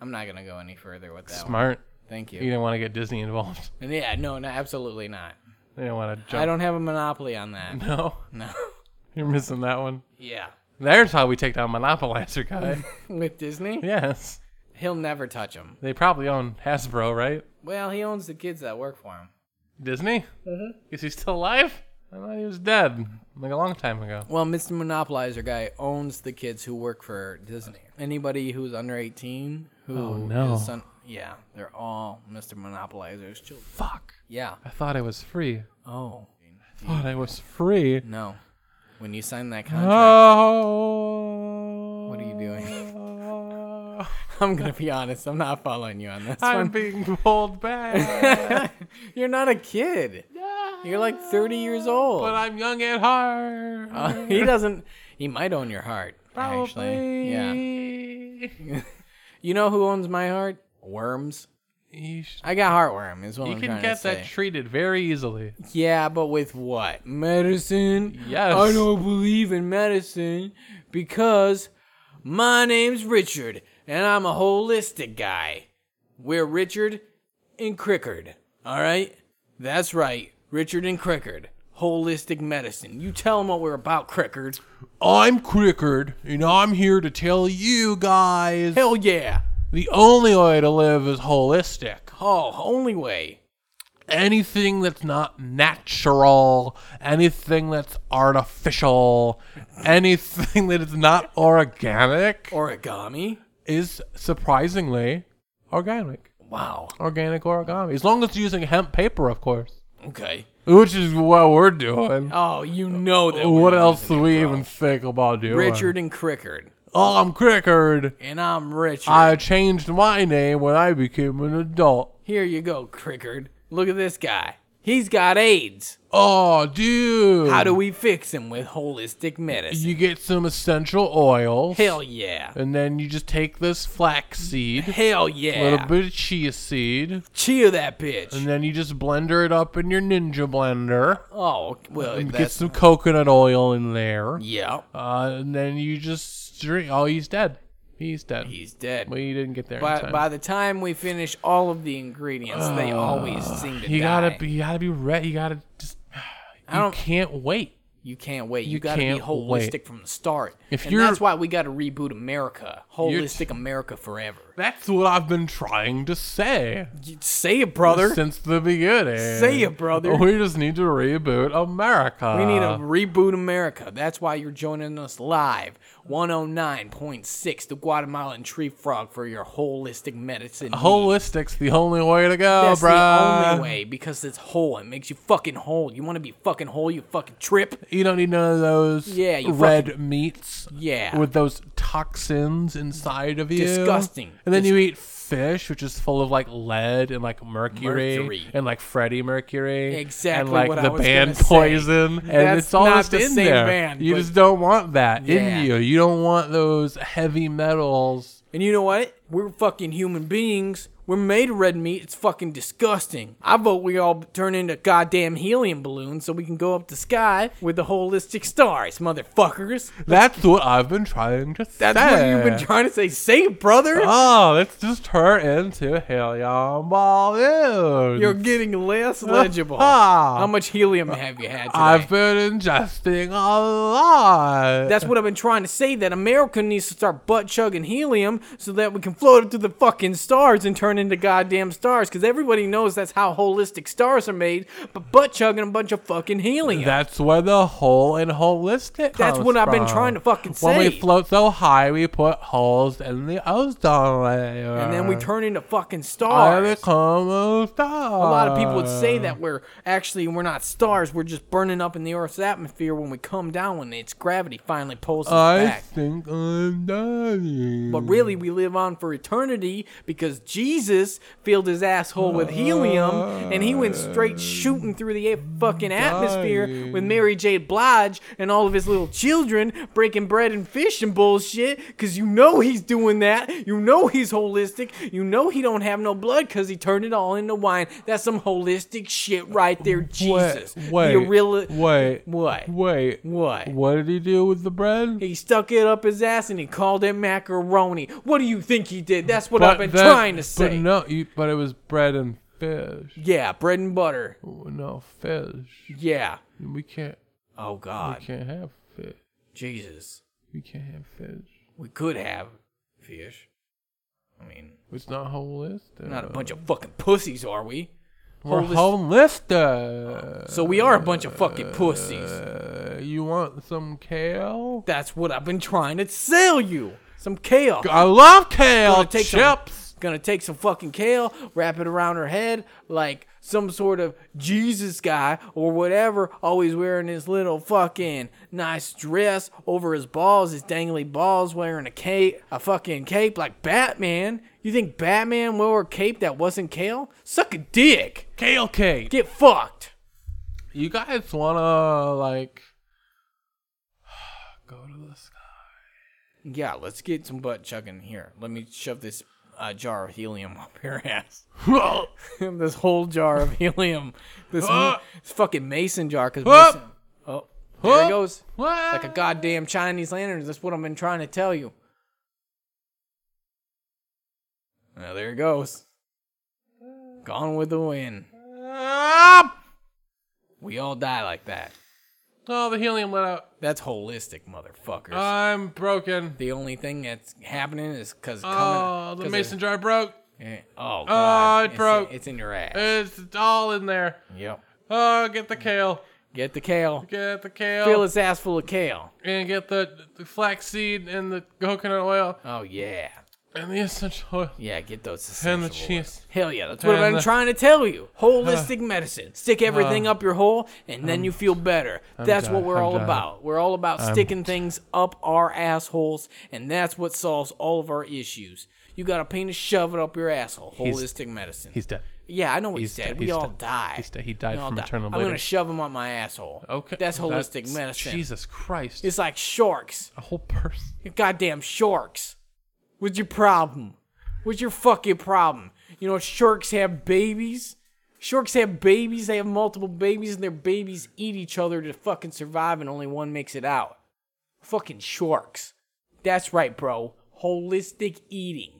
C: I'm not gonna go any further with that. One.
A: Smart.
C: Thank
A: You
C: you.
A: didn't want to get Disney involved.
C: And yeah, no, no, absolutely not.
A: You didn't want to jump.
C: I don't have a monopoly on that.
A: No,
C: No.
A: you're missing that one.
C: yeah.
A: There's how we take down Monopolizer guy.
C: With Disney,
A: yes,
C: he'll never touch him.
A: they probably own Hasbro, right?
C: Well, he owns the kids that work for him.
A: Disney.
C: Mm-hmm.
A: Is he still alive? I thought he was dead like a long time ago.
C: Well, Mr. Monopolizer guy owns the kids who work for Disney. Anybody who's under 18 who
A: no.
C: is un- yeah, they're all Mr. Monopolizer's children.
A: Fuck.
C: Yeah.
A: I thought I was free.
C: Oh.
A: Thought I was free.
C: No. When you sign that contract,
A: Oh.
C: what are you doing?
A: doing?
C: I'm gonna be honest. I'm not following you on this
A: I'm
C: one.
A: being pulled back.
C: You're not a kid. You're like 30 years old.
A: but I'm young at heart.
C: Uh, he doesn't. He might own your heart. Actually,
A: Probably.
C: yeah.
A: Yeah.
C: You know who owns my heart? Worms.
A: You, sh-
C: I got heartworm. Is what
A: you
C: I'm
A: can
C: trying
A: get
C: to
A: that
C: say.
A: treated very easily.
C: yeah, but with what? Medicine.
A: Yes.
C: I don't believe in medicine because my name's Richard and I'm a holistic guy. We're Richard and Crickard. All right? That's right. Richard and Crickard. Holistic medicine. You tell them what we're about, Crickard.
A: I'm Crickard, and I'm here to tell you guys
C: Hell yeah.
A: the only way to live is holistic.
C: Oh, only way.
A: Anything that's not natural, anything that's artificial, anything that is not organic
C: Origami?
A: is surprisingly organic.
C: Wow.
A: organic origami. As long as you're using hemp paper, of course.
C: Okay.
A: Which is what we're doing.
C: Oh, you know that.
A: what
C: we're
A: else
C: losing
A: do
C: it,
A: we
C: bro.
A: even think about doing?
C: Richard and Crickard.
A: Oh, I'm Crickard.
C: And I'm Richard.
A: I changed my name when I became an adult.
C: Here you go, Crickard. Look at this guy. He's got AIDS.
A: Oh, dude.
C: How do we fix him with holistic medicine?
A: You get some essential oils.
C: Hell yeah.
A: And then you just take this flax seed,
C: Hell
A: a little
C: yeah.
A: bit of chia seed,
C: Cheer that bitch.
A: and then you just blender it up in your ninja blender.
C: Oh, well,
A: And get
C: that's.
A: some coconut oil in there.
C: Yeah.
A: Uh, and then you just drink. Oh, he's dead. He's dead.
C: He's dead.
A: well, you didn't get there. in
C: By,
A: time. Uh,
C: by the time we finish all of the ingredients, they always seem to
A: you
C: die.
A: gotta be. You gotta be ready. You gotta just.
C: I
A: You
C: don't-
A: can't wait.
C: You can't wait. You,
A: You
C: gotta be
A: can't
C: holistic
A: wait.
C: from the start.
A: If
C: and
A: you're-
C: that's why we gotta reboot America.
A: t-
C: Holistic America forever.
A: That's what I've been trying to say
C: You- Say it, brother.
A: since the beginning.
C: Say it, brother.
A: We just need to reboot America.
C: We need to reboot America. That's why you're joining us live. 109.6, the Guatemalan Tree Frog for your holistic medicine. needs.
A: Holistic's the only way to go,
C: That's
A: bruh.
C: the only way because it's whole. It makes you fucking whole. You want to be fucking whole, you fucking trip.
A: You don't need none of those
C: Yeah, you
A: red meats.
C: Yeah.
A: With those toxins inside of you.
C: Disgusting.
A: And then you eat fish, which is full of like lead and like mercury,
C: Mercury.
A: and like Freddie Mercury. And
C: Exactly
A: like
C: what I
A: the
C: was
A: band
C: gonna say.
A: Poison. And
C: That's
A: it's all
C: not
A: just
C: the
A: in
C: same
A: there.
C: band,
A: you
C: but-
A: just don't want that
C: Yeah.
A: in you. You don't want those heavy metals.
C: And you know what? We're fucking human beings. We're made of red meat. It's fucking disgusting. I vote we all turn into goddamn helium balloons so we can go up the sky with the holistic stars, motherfuckers.
A: That's what I've been trying to say.
C: That's what you've been trying to say. Say, it, brother.
A: Oh, let's just turn into helium balloons.
C: You're getting less legible.
A: Ah.
C: How much helium have you had today?
A: I've been ingesting a lot.
C: That's what I've been trying to say. That America needs to start butt chugging helium so that we can float up to the fucking stars and turn turn into goddamn stars because everybody knows that's how holistic stars are made. But butt chugging a bunch of fucking helium.
A: That's where the whole and holistic.
C: That's
A: comes
C: what I've been
A: from.
C: trying to fucking
A: When we
C: say.
A: float so high, we put holes in the ozone layer,
C: and then we turn into fucking
A: I
C: stars.
A: become a
C: A lot of people would say that we're actually we're not stars. We're just burning up in the Earth's atmosphere when we come down when its gravity finally pulls us
A: I
C: back.
A: think I'm dying.
C: But really, we live on for eternity because Jesus filled his asshole with helium and he went straight shooting through the fucking atmosphere with Mary J. Blige and all of his little children breaking bread and fish and bullshit because you know he's doing that. You know he's holistic. You know he don't have no blood because he turned it all into wine. That's some holistic shit right there, Jesus.
A: Wait, wait,
C: The real-
A: wait,
C: What?
A: wait,
C: What?
A: What did he do with the bread?
C: He stuck it up his ass and he called it macaroni. What do you think he did? That's what I've been
A: that-
C: trying to say.
A: But no, you, but it was bread and fish.
C: Yeah, bread and butter.
A: Oh, No fish.
C: Yeah.
A: We can't.
C: Oh
A: We
C: God,
A: can't have fish.
C: Jesus.
A: We can't have fish.
C: We could have fish. I mean,
A: It's not holistic.
C: we're not a bunch of fucking pussies, are we?
A: We're
C: holis-
A: holistic.
C: So we are a bunch of fucking pussies. Oh.
A: Uh, you want some kale?
C: That's what I've been trying to sell you. Some kale.
A: I love kale
C: gonna take some-
A: chips.
C: gonna take some fucking kale, wrap it around her head like some sort of Jesus guy or whatever, always wearing his little fucking nice dress over his balls, his dangly balls, wearing a cape, a fucking cape like Batman. You think Batman wore a cape that wasn't kale? Suck a dick.
A: Kale cake.
C: Get fucked.
A: you guys wanna like go to the sky?
C: Yeah, let's get some butt chugging here. Let me shove this uh, jar of helium up your ass.
A: Whoa.
C: this whole jar of helium. This,
A: Ah.
C: this fucking mason jar. Cause
A: Ah.
C: mason, oh, there
A: Ah.
C: it goes.
A: What?
C: Like a goddamn Chinese lantern. That's what I've been trying to tell you. Now there it goes. Gone with the wind.
A: Ah!
C: We all die like that.
A: Oh, the helium let out.
C: That's holistic, motherfuckers.
A: I'm broken.
C: the only thing that's happening is because
A: Oh, the mason jar broke.
C: oh,
A: Ah, it
C: God. It's in-
A: broke.
C: It's in your ass.
A: It's all in there.
C: yep.
A: Oh, get the kale.
C: Get the kale.
A: Get the kale.
C: Fill his ass full of kale.
A: and get the, the flaxseed and the coconut oil
C: Oh, yeah.
A: and the essential oil
C: Yeah, get those.
A: and the
C: essential oils.
A: cheese.
C: Hell yeah, that's what I've
A: And
C: been
A: the-
C: trying to tell you. Holistic medicine. Stick everything up your hole, and then you feel better. that's
A: done.
C: what we're
A: I'm
C: all
A: done.
C: about. We're all about sticking things up our assholes, and that's what solves all of our issues. You got a penis, shove it up your asshole. Holistic medicine.
A: He's dead.
C: yeah, I know what he
A: he's
C: said.
A: dead.
C: We
A: He's
C: all
A: dead.
C: die.
A: He's dead. He died
C: We all
A: from
C: die.
A: eternal
C: I'm gonna
A: bleeding.
C: shove him up my asshole.
A: Okay.
C: That's holistic
A: That's-
C: medicine.
A: Jesus Christ.
C: It's like sharks.
A: a whole person.
C: You goddamn sharks. What's your problem? What's your fucking problem? You know, sharks have babies. Sharks have babies. They have multiple babies, and their babies eat each other to fucking survive, and only one makes it out. Fucking sharks. That's right, bro. Holistic eating.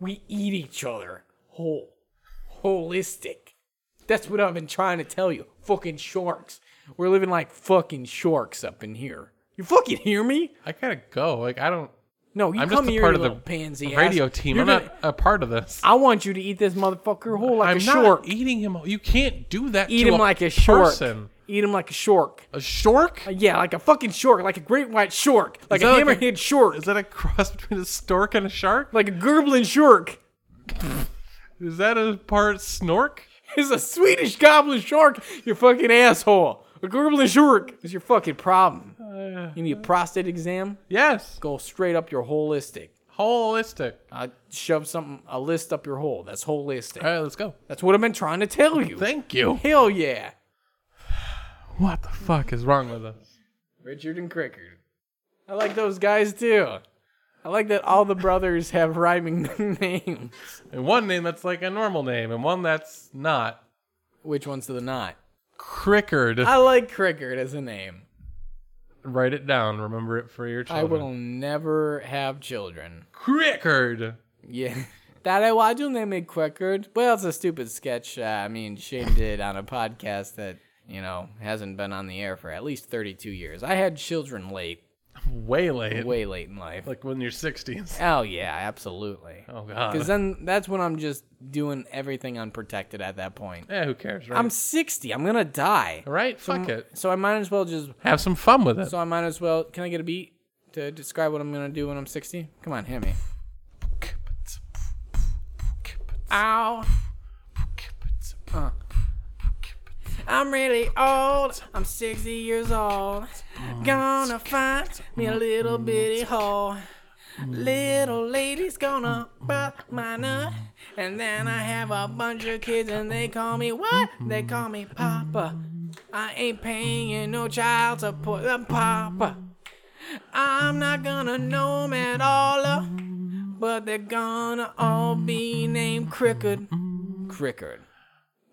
C: We eat each other whole. Holistic. That's what I've been trying to tell you. Fucking sharks. We're living like fucking sharks up in here. You fucking hear me?
A: I gotta go. Like I don't.
C: No, you
A: I'm
C: come
A: just a
C: here,
A: part
C: you
A: of the
C: little pansy
A: radio
C: ass.
A: team.
C: You're
A: I'm
C: gonna-
A: not a part of this.
C: I want you to eat this motherfucker whole like
A: I'm
C: a
A: not
C: shark.
A: eating him. You can't do that.
C: Eat
A: to
C: him
A: a
C: like a shark.
A: person.
C: Eat him like a shark.
A: A shark?
C: Yeah, like a fucking shark, like a great white shark, like a
A: that like a-
C: hammerhead shark,
A: Is that a cross between a stork and a shark?
C: like a gurgling shark.
A: Is that a part snork?
C: It's a Swedish goblin shark, you fucking asshole. A gurgling shark is your fucking problem.
A: Uh,
C: you need a prostate exam?
A: Yes.
C: Go straight up your holistic.
A: Holistic.
C: I shove something, a list up your hole. That's holistic.
A: All right, let's go.
C: That's what I've been trying to tell you.
A: Thank you.
C: Hell yeah.
A: What the fuck is wrong with us?
C: Richard and Crickard. I like those guys too. I like that all the brothers have rhyming names.
A: And one name that's like a normal name, and one that's not.
C: Which one's the not?
A: Crickard.
C: I like Crickard as a name.
A: Write it down. Remember it for your
C: I
A: children.
C: will never have children.
A: Crickard.
C: Yeah. That I watch name named Crickard. Well, it's a stupid sketch. Uh, I mean, Shane did on a podcast that you know hasn't been on the air for at least thirty-two years. I had children late.
A: way late.
C: way late in life.
A: Like when you're 60s.
C: Oh yeah, absolutely.
A: Oh god.
C: Because then that's when I'm just doing everything unprotected at that point.
A: yeah, who cares, right?
C: I'm 60. I'm gonna die.
A: right? Fuck it.
C: So I might as well just.
A: Have some fun with it.
C: So I might as well. Can I get a beat to describe what I'm gonna do when I'm 60? Come on, hit me. Ow. Uh. I'm really old. I'm 60 years old. Gonna find me a little bitty hole. Little lady's gonna pop my nut. And then I have a bunch of kids and they call me what? They call me Papa. I ain't paying no child support. I'm Papa. I'm not gonna know 'em at all. uh, But they're gonna all be named Ah. Cricket. Cricket.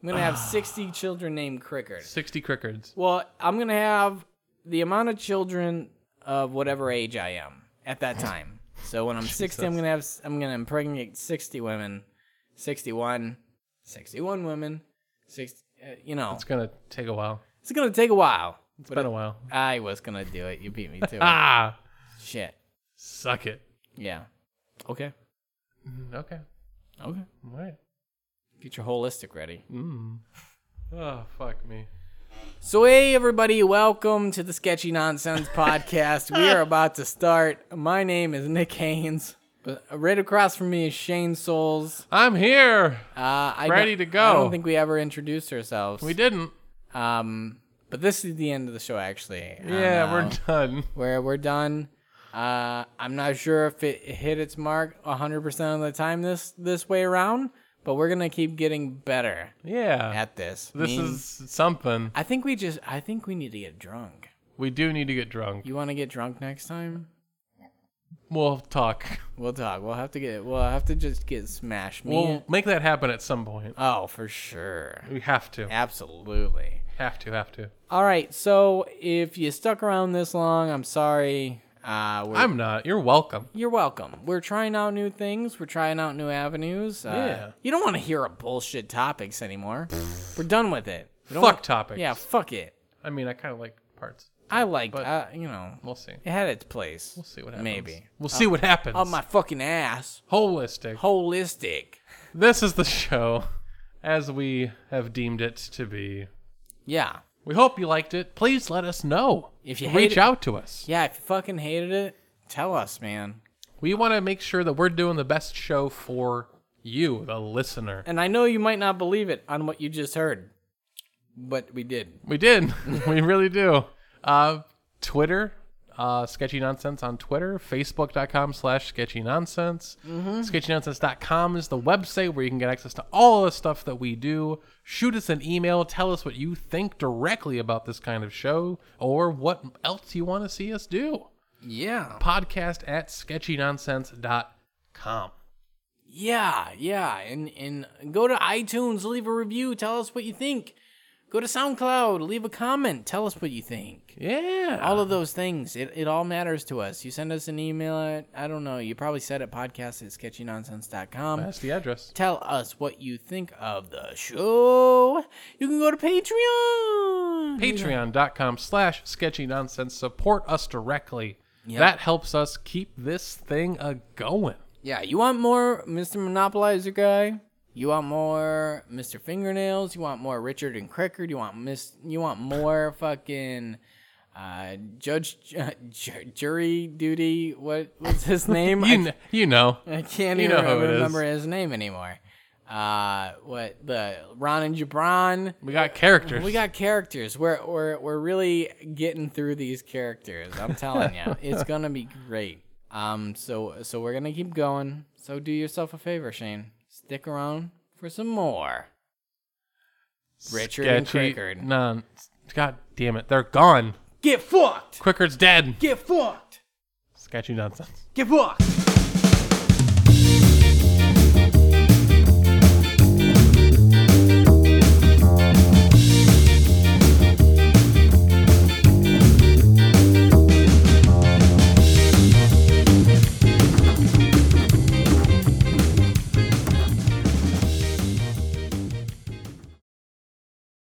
C: I'm gonna have 60 children named Cricket.
A: 60 crickets.
C: Well, I'm gonna have the amount of children of whatever age I am at that time. So when I'm 60, I'm
A: Jesus.
C: gonna have s- I'm gonna impregnate 60 women, 61, 61 women, 60. Uh, you know,
A: It's gonna take a while.
C: it's gonna take a while.
A: It's been a while.
C: I was gonna do it. You beat me to it.
A: Ah,
C: Shit.
A: suck it.
C: Yeah. Okay.
A: Mm, Okay,
C: Okay.
A: all right.
C: Get your holistic ready.
A: Oh fuck me.
C: So, hey, everybody, welcome to the Sketchy Nonsense Podcast. we are about to start. My name is Nick Haynes. But Right across from me is Shane Souls.
A: I'm here.
C: Uh, I don't-
A: Ready to go.
C: I don't think we ever introduced ourselves.
A: We didn't.
C: Um, but this is the end of the show, actually. I
A: Yeah,
C: know.
A: we're done.
C: We're, we're done. Uh, I'm not sure if it hit its mark 100% of the time this, this way around, but we're going to keep getting better
A: Yeah.
C: at this.
A: this
C: Mean-
A: is something.
C: I think we just. I think we need to get drunk.
A: We do need to get drunk.
C: You want to get drunk next time?
A: We'll talk.
C: We'll talk. We'll have to get. We'll have to just get smashed. Me.
A: We'll make that happen at some point.
C: oh, for sure.
A: We have to.
C: Absolutely.
A: Have to, have to.
C: All right. So if you stuck around this long, I'm sorry. Uh, we're,
A: I'm not. You're welcome.
C: you're welcome. We're trying out new things. We're trying out new avenues. Uh,
A: Yeah.
C: You don't want to hear our bullshit topics anymore. we're done with it. We
A: Fuck
C: don't want-
A: topics.
C: Yeah. Fuck it.
A: I mean, I kind of like parts.
C: I like.
A: But-
C: uh, you know.
A: We'll see.
C: It had its place.
A: We'll see what happens.
C: Maybe.
A: We'll see what happens.
C: Up my fucking ass.
A: Holistic.
C: Holistic.
A: this is the show as we have deemed it to be.
C: Yeah.
A: We hope you liked it. Please let us know.
C: If you hate
A: reach
C: it-
A: out to us.
C: Yeah, if you fucking hated it, tell us, man.
A: We want to make sure that we're doing the best show for you, the listener.
C: And I know you might not believe it on what you just heard, but we did.
A: We did. we really do. Uh, Twitter, uh, Sketchy Nonsense on Twitter, Facebook.com slash Sketchy Nonsense. Mm-hmm. SketchyNonsense.com is the website where you can get access to all the stuff that we do. Shoot us an email. Tell us what you think directly about this kind of show or what else you want to see us do.
C: Yeah.
A: Podcast at SketchyNonsense.com.
C: Yeah, yeah. And and go to iTunes, leave a review, tell us what you think. Go to SoundCloud, leave a comment, tell us what you think.
A: Yeah.
C: All of those things. It, it all matters to us. You send us an email at I don't know, you probably said it podcast at sketchynonsense.com.
A: That's the address.
C: tell us what you think of the show. You can go to Patreon.
A: patreon.com slash sketchy nonsense support us directly
C: Yep.
A: that helps us keep this thing a going
C: Yeah, you want more Mr. Monopolizer guy? You want more Mr. Fingernails? You want more Richard and Cricker? You want Miss? You want more fucking uh, Judge ju- ju- Jury Duty? What was his name?
A: you,
C: I-
A: kn- you know
C: I can't
A: You
C: even
A: know who it is.
C: remember his name anymore. Uh, what the Ron and Jabron?
A: we got characters
C: We got characters. We're we're we're really getting through these characters. I'm telling you, it's gonna be great. Um, so so we're gonna keep going. So do yourself a favor, Shane. Stick around for some more. Richard and
A: sketchy
C: Crickard.
A: non- god damn it they're gone
C: Get fucked.
A: quickard's dead
C: Get fucked.
A: sketchy nonsense
C: Get fucked.